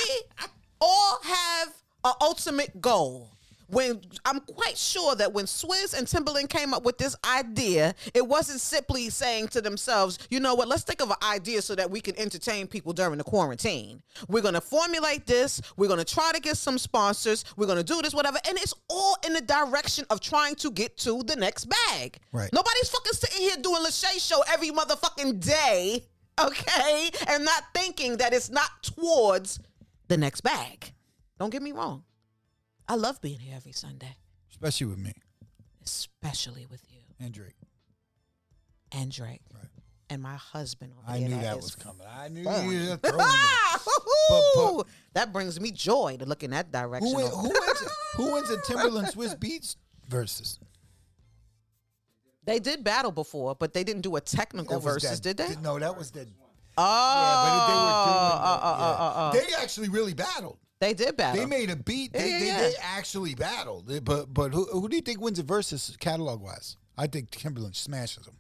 [SPEAKER 5] all have an ultimate goal. When I'm quite sure that when Swizz and Timberland came up with this idea, it wasn't simply saying to themselves, you know what, let's think of an idea so that we can entertain people during the quarantine. We're gonna formulate this, we're gonna try to get some sponsors, we're gonna do this, whatever. And it's all in the direction of trying to get to the next bag.
[SPEAKER 1] Right.
[SPEAKER 5] Nobody's fucking sitting here doing Lachey show every motherfucking day, okay? And not thinking that it's not towards the next bag. Don't get me wrong. I love being here every Sunday,
[SPEAKER 1] especially with me
[SPEAKER 5] especially with you
[SPEAKER 1] and Drake.
[SPEAKER 2] And Drake
[SPEAKER 1] Right.
[SPEAKER 2] and my husband. Over
[SPEAKER 1] I
[SPEAKER 2] there
[SPEAKER 1] knew that
[SPEAKER 2] is
[SPEAKER 1] was coming. I knew
[SPEAKER 2] fun.
[SPEAKER 1] you were throwing me.
[SPEAKER 2] Woo-hoo! that brings me joy to look in that direction.
[SPEAKER 1] Who, win,
[SPEAKER 2] over
[SPEAKER 1] who wins? Who wins a Timberland Swiss Beats versus?
[SPEAKER 2] They did battle before, but they didn't do a technical
[SPEAKER 1] That was
[SPEAKER 2] versus,
[SPEAKER 1] that-
[SPEAKER 2] did they?
[SPEAKER 1] No, that was the.
[SPEAKER 5] uh,
[SPEAKER 2] Oh,
[SPEAKER 1] yeah,
[SPEAKER 2] oh, oh, oh, oh,
[SPEAKER 1] but
[SPEAKER 2] oh.
[SPEAKER 1] they were doing. the- yeah. They actually really battled.
[SPEAKER 2] They did battle.
[SPEAKER 1] They made a beat. They,
[SPEAKER 2] Yeah, yeah,
[SPEAKER 1] they,
[SPEAKER 2] yeah.
[SPEAKER 1] they actually battled. They- But but who, who do you think wins a versus catalog wise? I think Timberland smashes them.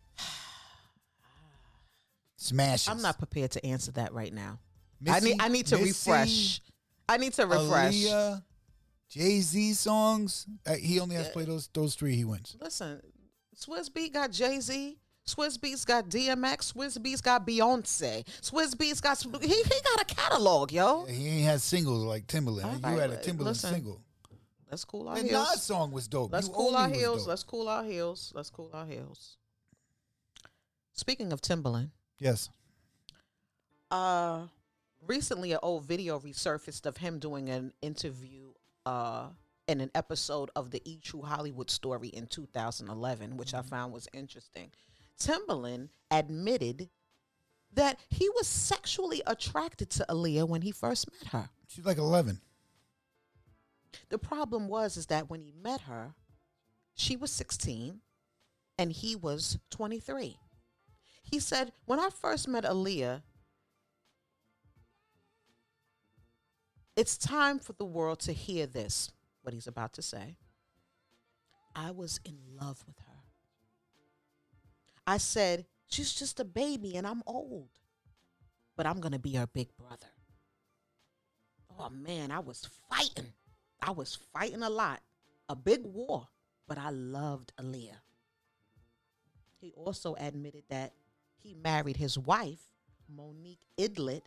[SPEAKER 1] Smashes.
[SPEAKER 2] I'm not prepared to answer that right now. I
[SPEAKER 1] Missy-
[SPEAKER 2] need I need to
[SPEAKER 1] Missy,
[SPEAKER 2] refresh. I need to refresh.
[SPEAKER 1] Aaliyah, Jay Z songs. Uh, he only has to play those those three. He wins.
[SPEAKER 2] Listen, Swizz Beat got Jay Z. Swizz Beats got DMX. Swizz Beats got Beyonce. Swizz Beats got he, he got a catalog, yo.
[SPEAKER 1] He ain't has singles like Timberland.
[SPEAKER 2] All
[SPEAKER 1] you
[SPEAKER 2] right,
[SPEAKER 1] had a
[SPEAKER 2] but
[SPEAKER 1] Timberland
[SPEAKER 2] listen.
[SPEAKER 1] single.
[SPEAKER 2] Let's cool our
[SPEAKER 1] That Nas
[SPEAKER 2] heels.
[SPEAKER 1] song was dope.
[SPEAKER 2] Let's
[SPEAKER 1] You
[SPEAKER 2] cool our
[SPEAKER 1] Only was
[SPEAKER 2] heels.
[SPEAKER 1] dope.
[SPEAKER 2] Let's cool our heels. Let's cool our heels. Speaking of Timbaland,
[SPEAKER 1] Yes.
[SPEAKER 2] uh, recently an old video resurfaced of him doing an interview uh in an episode of the E True Hollywood story in 2011, which I found was interesting. Timberland admitted that he was sexually attracted to Aaliyah when he first met her.
[SPEAKER 1] She's like 11.
[SPEAKER 2] The problem was is that when he met her, she was 16 and he was 23. He said, "When I first met Aaliyah, it's time for the world to hear this." What he's about to say. I was in love with her. I said, "She's just a baby and I'm old, but I'm going to be her big brother." Oh man, I was fighting. I was fighting a lot, a big war, but I loved Aaliyah. He also admitted that he married his wife, Monique Idlet,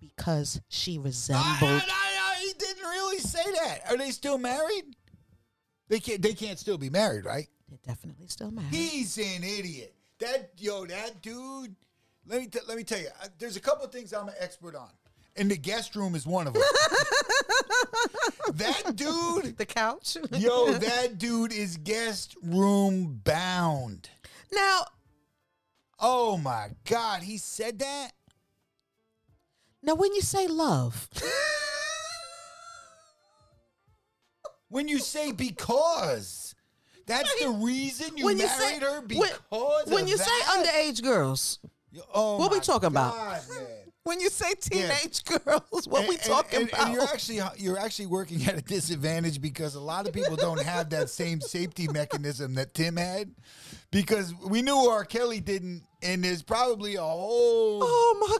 [SPEAKER 2] because she resembled.
[SPEAKER 1] he didn't really say that. Are they still married? They can't. They can't still be married, right?
[SPEAKER 2] They're definitely still married.
[SPEAKER 1] He's an idiot. That yo, that dude. Let me t- let me tell you. I, there's a couple of things I'm an expert on, and the guest room is one of them. that dude,
[SPEAKER 2] the couch.
[SPEAKER 1] yo, that dude is guest room bound.
[SPEAKER 2] now,
[SPEAKER 1] Oh my god, he said that.
[SPEAKER 2] now when you say love,
[SPEAKER 1] When you say because, that's the reason you
[SPEAKER 2] when you
[SPEAKER 1] married
[SPEAKER 2] say
[SPEAKER 1] her
[SPEAKER 2] when-
[SPEAKER 1] because of
[SPEAKER 2] when you
[SPEAKER 1] that?
[SPEAKER 2] say underage girls,
[SPEAKER 1] oh
[SPEAKER 2] what we
[SPEAKER 1] my
[SPEAKER 2] talking about?
[SPEAKER 1] God, man.
[SPEAKER 2] when you say teenage girls, what
[SPEAKER 1] And-
[SPEAKER 2] we
[SPEAKER 1] and-
[SPEAKER 2] talking
[SPEAKER 1] and-
[SPEAKER 2] about?
[SPEAKER 1] And you're actually you're actually working at a disadvantage because a lot of people don't have that same safety mechanism that Tim had, because we knew R. Kelly didn't, and there's probably a whole
[SPEAKER 2] Oh my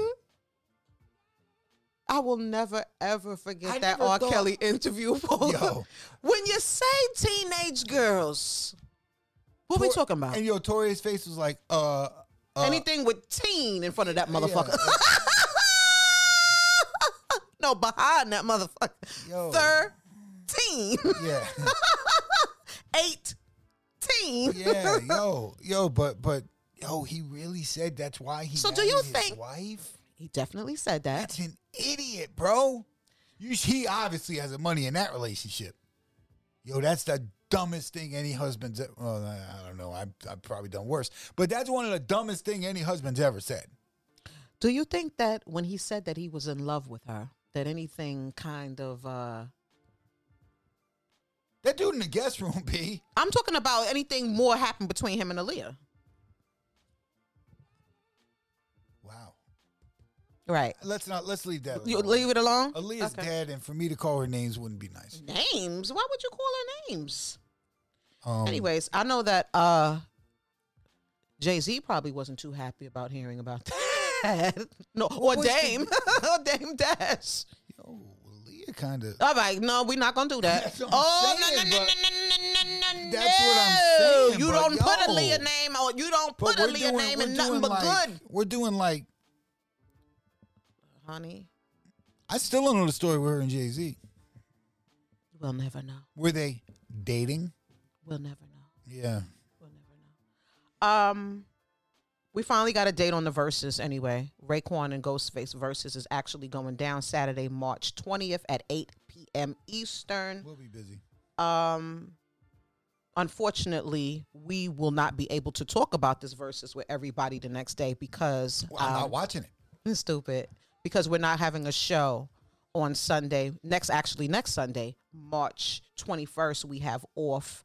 [SPEAKER 2] God. I will never ever forget
[SPEAKER 1] I
[SPEAKER 2] that
[SPEAKER 1] never
[SPEAKER 2] R.
[SPEAKER 1] thought-
[SPEAKER 2] Kelly interview. Paul.
[SPEAKER 1] Yo.
[SPEAKER 2] when you say teenage girls, what we
[SPEAKER 1] Tor-
[SPEAKER 2] talking about?
[SPEAKER 1] And yo, Tori's face was like, uh, uh
[SPEAKER 2] Anything with teen in front of that
[SPEAKER 1] yeah.
[SPEAKER 2] motherfucker. no, behind that motherfucker.
[SPEAKER 1] Yo.
[SPEAKER 2] 13,
[SPEAKER 1] yeah.
[SPEAKER 2] 18.
[SPEAKER 1] yeah, yo, yo, but but yo, he really said that's why he.
[SPEAKER 2] So do you
[SPEAKER 1] married his
[SPEAKER 2] think-
[SPEAKER 1] wife?
[SPEAKER 2] He definitely said that.
[SPEAKER 1] That's an idiot, bro. You, he obviously has the money in that relationship. Yo, that's the dumbest thing any husband's. e- Well, I I don't know. I've, I've probably done worse, but that's one of the dumbest thing any husband's ever said.
[SPEAKER 2] Do you think that when he said that he was in love with her, that anything kind of uh
[SPEAKER 1] That dude in the guest room, B.
[SPEAKER 5] I'm talking about anything more happened between him and Aaliyah.
[SPEAKER 1] Wow.
[SPEAKER 2] right?
[SPEAKER 1] Let's not. Let's leave that.
[SPEAKER 5] You
[SPEAKER 1] alone.
[SPEAKER 5] leave it alone.
[SPEAKER 1] Aaliyah's
[SPEAKER 5] Okay.
[SPEAKER 1] dead, and for me to call her names wouldn't be nice.
[SPEAKER 5] Names? Why would you call her names?
[SPEAKER 1] Um,
[SPEAKER 2] Anyways, I know that uh Jay Z probably wasn't too happy about hearing about that. no, or
[SPEAKER 1] was the-
[SPEAKER 2] Dame, or Dame Dash.
[SPEAKER 1] yo, Aaliyah kind of.
[SPEAKER 5] All right, no, we're not gonna do that.
[SPEAKER 1] That's what I'm
[SPEAKER 5] oh
[SPEAKER 1] saying,
[SPEAKER 5] no, no, no,
[SPEAKER 1] but-
[SPEAKER 5] no, no, no, no, no!
[SPEAKER 1] That's what I'm saying,
[SPEAKER 5] You
[SPEAKER 1] but
[SPEAKER 5] don't put
[SPEAKER 1] yo.
[SPEAKER 5] Aaliyah name on. You don't put Aaliyah name in nothing but
[SPEAKER 1] like,
[SPEAKER 5] good,
[SPEAKER 1] We're doing like.
[SPEAKER 2] Honey,
[SPEAKER 1] I still don't know the story with her and Jay Z.
[SPEAKER 2] we'll never know.
[SPEAKER 1] Were they dating?
[SPEAKER 2] We'll never know.
[SPEAKER 1] Yeah.
[SPEAKER 2] We'll never know. Um, we finally got a date on the verses anyway. Raekwon and Ghostface verses is actually going down Saturday, March twentieth at eight p.m. Eastern.
[SPEAKER 1] We'll be busy.
[SPEAKER 2] um unfortunately we will not be able to talk about this versus with everybody the next day because
[SPEAKER 1] Well, I'm not
[SPEAKER 2] um,
[SPEAKER 1] watching it.
[SPEAKER 2] stupid because we're not having a show on Sunday next actually next Sunday March 21st we have off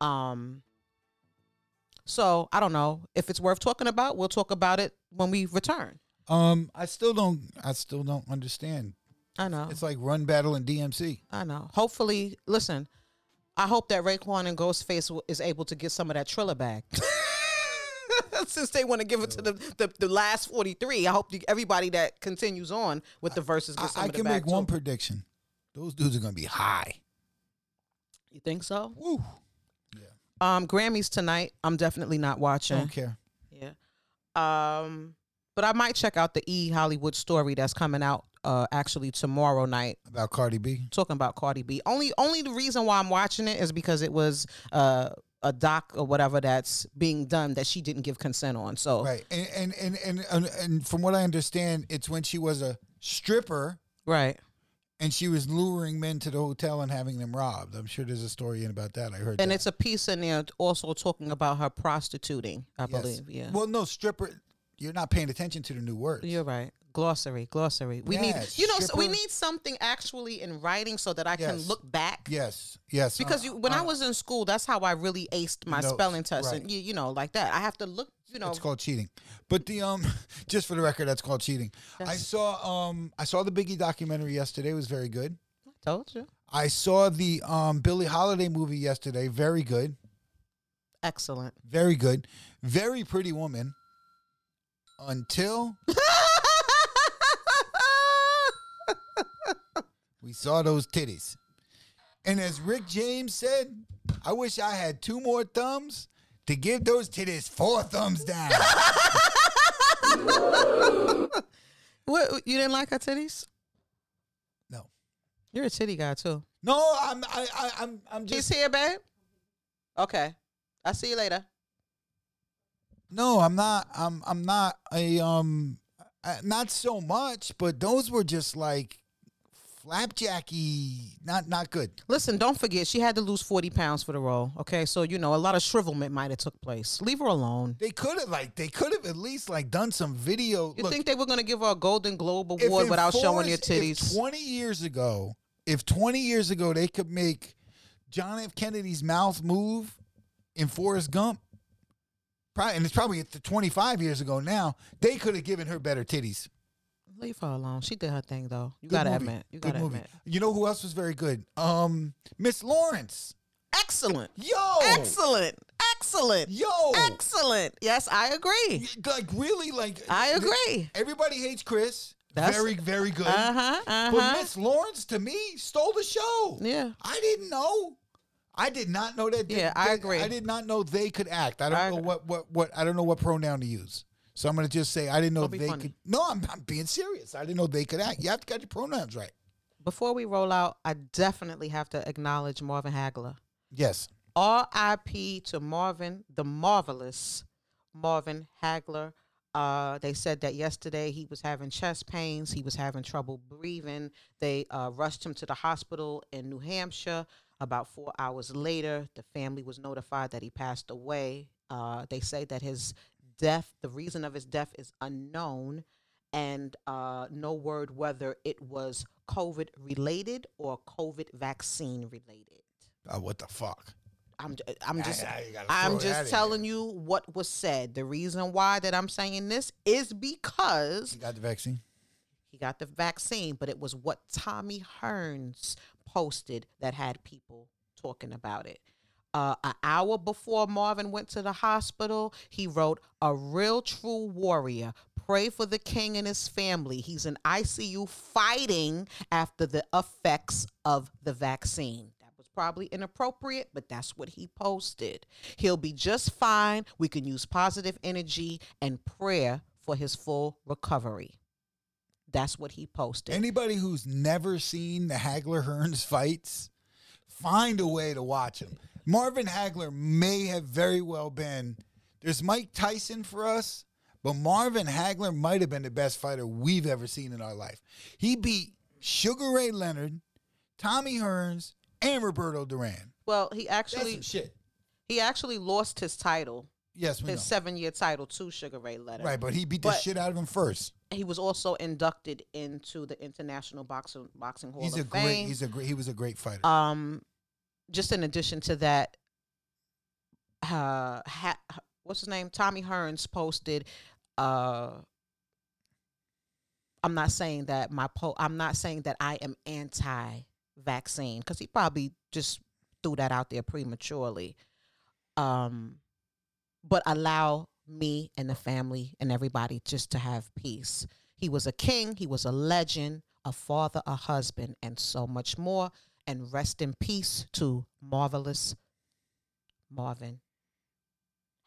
[SPEAKER 2] um so I don't know if it's worth talking about we'll talk about it when we return
[SPEAKER 1] Um, I still don't. I still don't understand.
[SPEAKER 2] I know
[SPEAKER 1] It's like Run Battle and DMC.
[SPEAKER 2] I know. Hopefully, listen. I hope that Raekwon and Ghostface w- is able to get some of that Triller back. Since they want to give it to the, the, the last 43, I hope the, everybody that continues on with the verses
[SPEAKER 1] I,
[SPEAKER 2] gets some
[SPEAKER 1] I
[SPEAKER 2] of the
[SPEAKER 1] can
[SPEAKER 2] back.
[SPEAKER 1] make one
[SPEAKER 2] too.
[SPEAKER 1] prediction. Those dudes are gonna be high.
[SPEAKER 2] you think so?
[SPEAKER 1] Woo.
[SPEAKER 2] Um, Grammys tonight. I'm definitely not watching.
[SPEAKER 1] Don't care.
[SPEAKER 2] Yeah. Um, but I might check out the E Hollywood story that's coming out uh, actually tomorrow night.
[SPEAKER 1] About Cardi B.
[SPEAKER 2] talking about Cardi B. Only only the reason why I'm watching it is because it was uh, a doc or whatever that's being done that she didn't give consent on. So right,
[SPEAKER 1] Right. And and, and and and and from what I understand, it's when she was a stripper and she was luring men to the hotel and having them robbed. I'm sure there's a story in about that. I heard.
[SPEAKER 2] and
[SPEAKER 1] that.
[SPEAKER 2] it's a piece in there also talking about her prostituting. I believe, yeah.
[SPEAKER 1] Well, no stripper. You're not paying attention to the new words.
[SPEAKER 2] You're right. Glossary, glossary. We need,
[SPEAKER 1] Yes,
[SPEAKER 2] you know, so we
[SPEAKER 1] stripper.
[SPEAKER 2] need something actually in writing so that I can
[SPEAKER 1] Yes.
[SPEAKER 2] look back.
[SPEAKER 1] Yes. Yes. uh,
[SPEAKER 2] Because you, when I was in school, that's how I really aced my
[SPEAKER 1] Notes,
[SPEAKER 2] spelling test,
[SPEAKER 1] right.
[SPEAKER 2] and you, you know, like that. I have to look, you know,
[SPEAKER 1] It's called cheating. But the um, just for the record, that's called cheating. I saw um, I saw the Biggie documentary yesterday. It was very good.
[SPEAKER 2] I told you,
[SPEAKER 1] I saw the um Billie Holiday movie yesterday. Very good.
[SPEAKER 2] excellent.
[SPEAKER 1] Very good. Very pretty woman. Until we saw those titties. And as Rick James said, I wish I had two more thumbs to give those titties four thumbs down.
[SPEAKER 2] What you didn't like her titties?
[SPEAKER 1] no.
[SPEAKER 2] You're a titty guy too.
[SPEAKER 1] No, I'm I, I I'm I'm just
[SPEAKER 2] He's here, babe. Okay, I'll see you later.
[SPEAKER 1] No, I'm not. I'm I'm not a um, I, not so much. But those were just like flapjacky. Not not good.
[SPEAKER 2] Listen, don't forget she had to lose forty pounds for the role. Okay, so you know a lot of shrivelment might have took place. Leave her alone.
[SPEAKER 1] They could have like they could have at least like done some video.
[SPEAKER 2] You
[SPEAKER 1] Look,
[SPEAKER 2] think they were gonna give her a Golden Globe
[SPEAKER 1] if
[SPEAKER 2] award
[SPEAKER 1] in
[SPEAKER 2] without showing
[SPEAKER 1] fours-
[SPEAKER 2] your titties?
[SPEAKER 1] If Twenty years ago, if twenty years ago they could make John F. Kennedy's mouth move in Forrest Gump. Probably, and it's probably at the 25 years ago now. They could have given her better titties.
[SPEAKER 2] Leave her alone. She did her thing though. You
[SPEAKER 1] Good
[SPEAKER 2] gotta
[SPEAKER 1] movie.
[SPEAKER 2] admit. You
[SPEAKER 1] Good
[SPEAKER 2] gotta
[SPEAKER 1] movie.
[SPEAKER 2] admit.
[SPEAKER 1] You know who else was very good? Um, Miss Lawrence.
[SPEAKER 2] Excellent.
[SPEAKER 1] Yo,
[SPEAKER 2] Excellent. Excellent.
[SPEAKER 1] yo,
[SPEAKER 2] Excellent. Yes, I agree.
[SPEAKER 1] like really, like
[SPEAKER 2] I
[SPEAKER 1] th-
[SPEAKER 2] agree.
[SPEAKER 1] Everybody hates Chris.
[SPEAKER 2] That's-
[SPEAKER 1] very, very good.
[SPEAKER 2] Uh huh. Uh
[SPEAKER 1] But
[SPEAKER 2] huh.
[SPEAKER 1] Miss Lawrence to me stole the show.
[SPEAKER 2] Yeah.
[SPEAKER 1] I didn't know. I did not know that.
[SPEAKER 2] Yeah,
[SPEAKER 1] that-
[SPEAKER 2] I
[SPEAKER 1] that-
[SPEAKER 2] agree.
[SPEAKER 1] I did not know they could act. I don't
[SPEAKER 2] I-
[SPEAKER 1] know what what what. I don't know what pronoun to use. So I'm gonna just say I didn't know
[SPEAKER 2] Don't be
[SPEAKER 1] they
[SPEAKER 2] funny.
[SPEAKER 1] could. No, I'm, I'm being serious. I didn't know they could act. You have to get your pronouns right.
[SPEAKER 2] Before we roll out, I definitely have to acknowledge Marvin Hagler.
[SPEAKER 1] Yes.
[SPEAKER 2] RIP to Marvin, the marvelous Marvin Hagler. Uh, they said that yesterday he was having chest pains. He was having trouble breathing. They uh, rushed him to the hospital in New Hampshire. About four hours later, the family was notified that he passed away. Uh, they say that his death, the reason of his death, is unknown, and uh, no word whether it was COVID related or COVID vaccine related.
[SPEAKER 1] Oh, what the fuck?
[SPEAKER 2] I'm j- I'm just
[SPEAKER 1] I- I gotta
[SPEAKER 2] I'm
[SPEAKER 1] throw that in
[SPEAKER 2] just
[SPEAKER 1] there.
[SPEAKER 2] telling you what was said. The reason why that I'm saying this is because
[SPEAKER 1] You got the vaccine?
[SPEAKER 2] he got the vaccine, but it was what Tommy Hearns posted that had people talking about it. Uh, an hour before Marvin went to the hospital, he wrote, A real true warrior. Pray for the king and his family. He's in ICU fighting after the effects of the vaccine. That was probably inappropriate, but that's what he posted. He'll be just fine. We can use positive energy and prayer for his full recovery. That's what he posted.
[SPEAKER 1] Anybody who's never seen the Hagler Hearns fights, find a way to watch them. Marvin Hagler may have very well been. There's Mike Tyson for us, but Marvin Hagler might have been the best fighter we've ever seen in our life. He beat Sugar Ray Leonard, Tommy Hearns, and Roberto Duran.
[SPEAKER 2] well, he
[SPEAKER 1] That's
[SPEAKER 2] actually
[SPEAKER 1] some shit.
[SPEAKER 2] he actually lost his title,
[SPEAKER 1] Yes, we
[SPEAKER 2] his
[SPEAKER 1] know.
[SPEAKER 2] seven year title to Sugar Ray Leonard.
[SPEAKER 1] Right, but he beat the
[SPEAKER 2] But-
[SPEAKER 1] shit out of him first.
[SPEAKER 2] He was also inducted into the International Boxing Boxing Hall
[SPEAKER 1] He's
[SPEAKER 2] of
[SPEAKER 1] a
[SPEAKER 2] Fame.
[SPEAKER 1] great. He's a great. He was a great fighter.
[SPEAKER 2] um, just in addition to that, uh, ha- what's his name? Tommy Hearns posted. Uh, I'm not saying that my po. I'm not saying that I am anti-vaccine because he probably just threw that out there prematurely. Um, but allow me and the family and everybody just to have peace. He was a king, he was a legend, a father, a husband, and so much more. And rest in peace to marvelous Marvin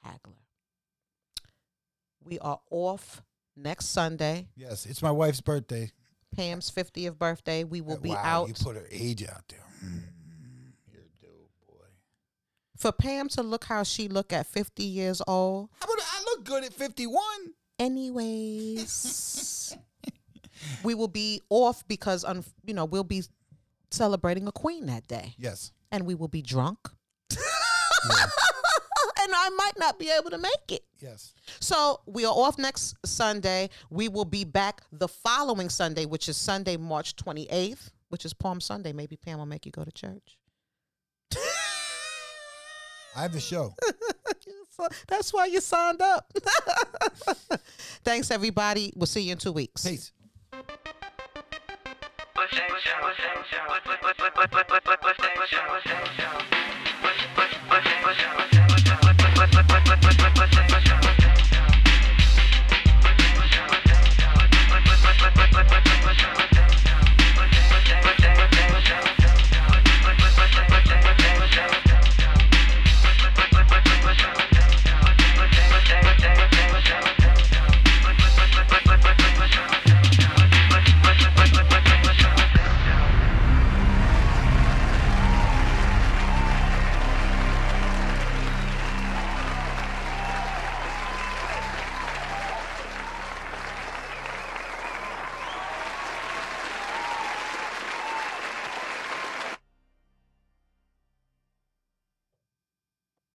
[SPEAKER 2] Hagler. We are off next Sunday,
[SPEAKER 1] yes, it's my wife's birthday.
[SPEAKER 2] Pam's 50th birthday. We will be
[SPEAKER 1] Oh, wow,
[SPEAKER 2] out.
[SPEAKER 1] You put her age out there. Mm, you're dope, boy.
[SPEAKER 2] For Pam to look how she look at 50 years old.
[SPEAKER 1] How about I look good at 51?
[SPEAKER 2] Anyways, we will be off because, un- you know, we'll be celebrating a queen that day
[SPEAKER 1] Yes.
[SPEAKER 2] and we will be drunk. and I might not be able to make it.
[SPEAKER 1] Yes.
[SPEAKER 2] So we are off next Sunday. We will be back the following Sunday, which is Sunday, March 28th, which is Palm Sunday. Maybe Pam will make you go to church.
[SPEAKER 1] I have a show.
[SPEAKER 2] So that's why you signed up. Thanks, everybody. We'll see you in two weeks.
[SPEAKER 1] Peace.
[SPEAKER 6] Thank you.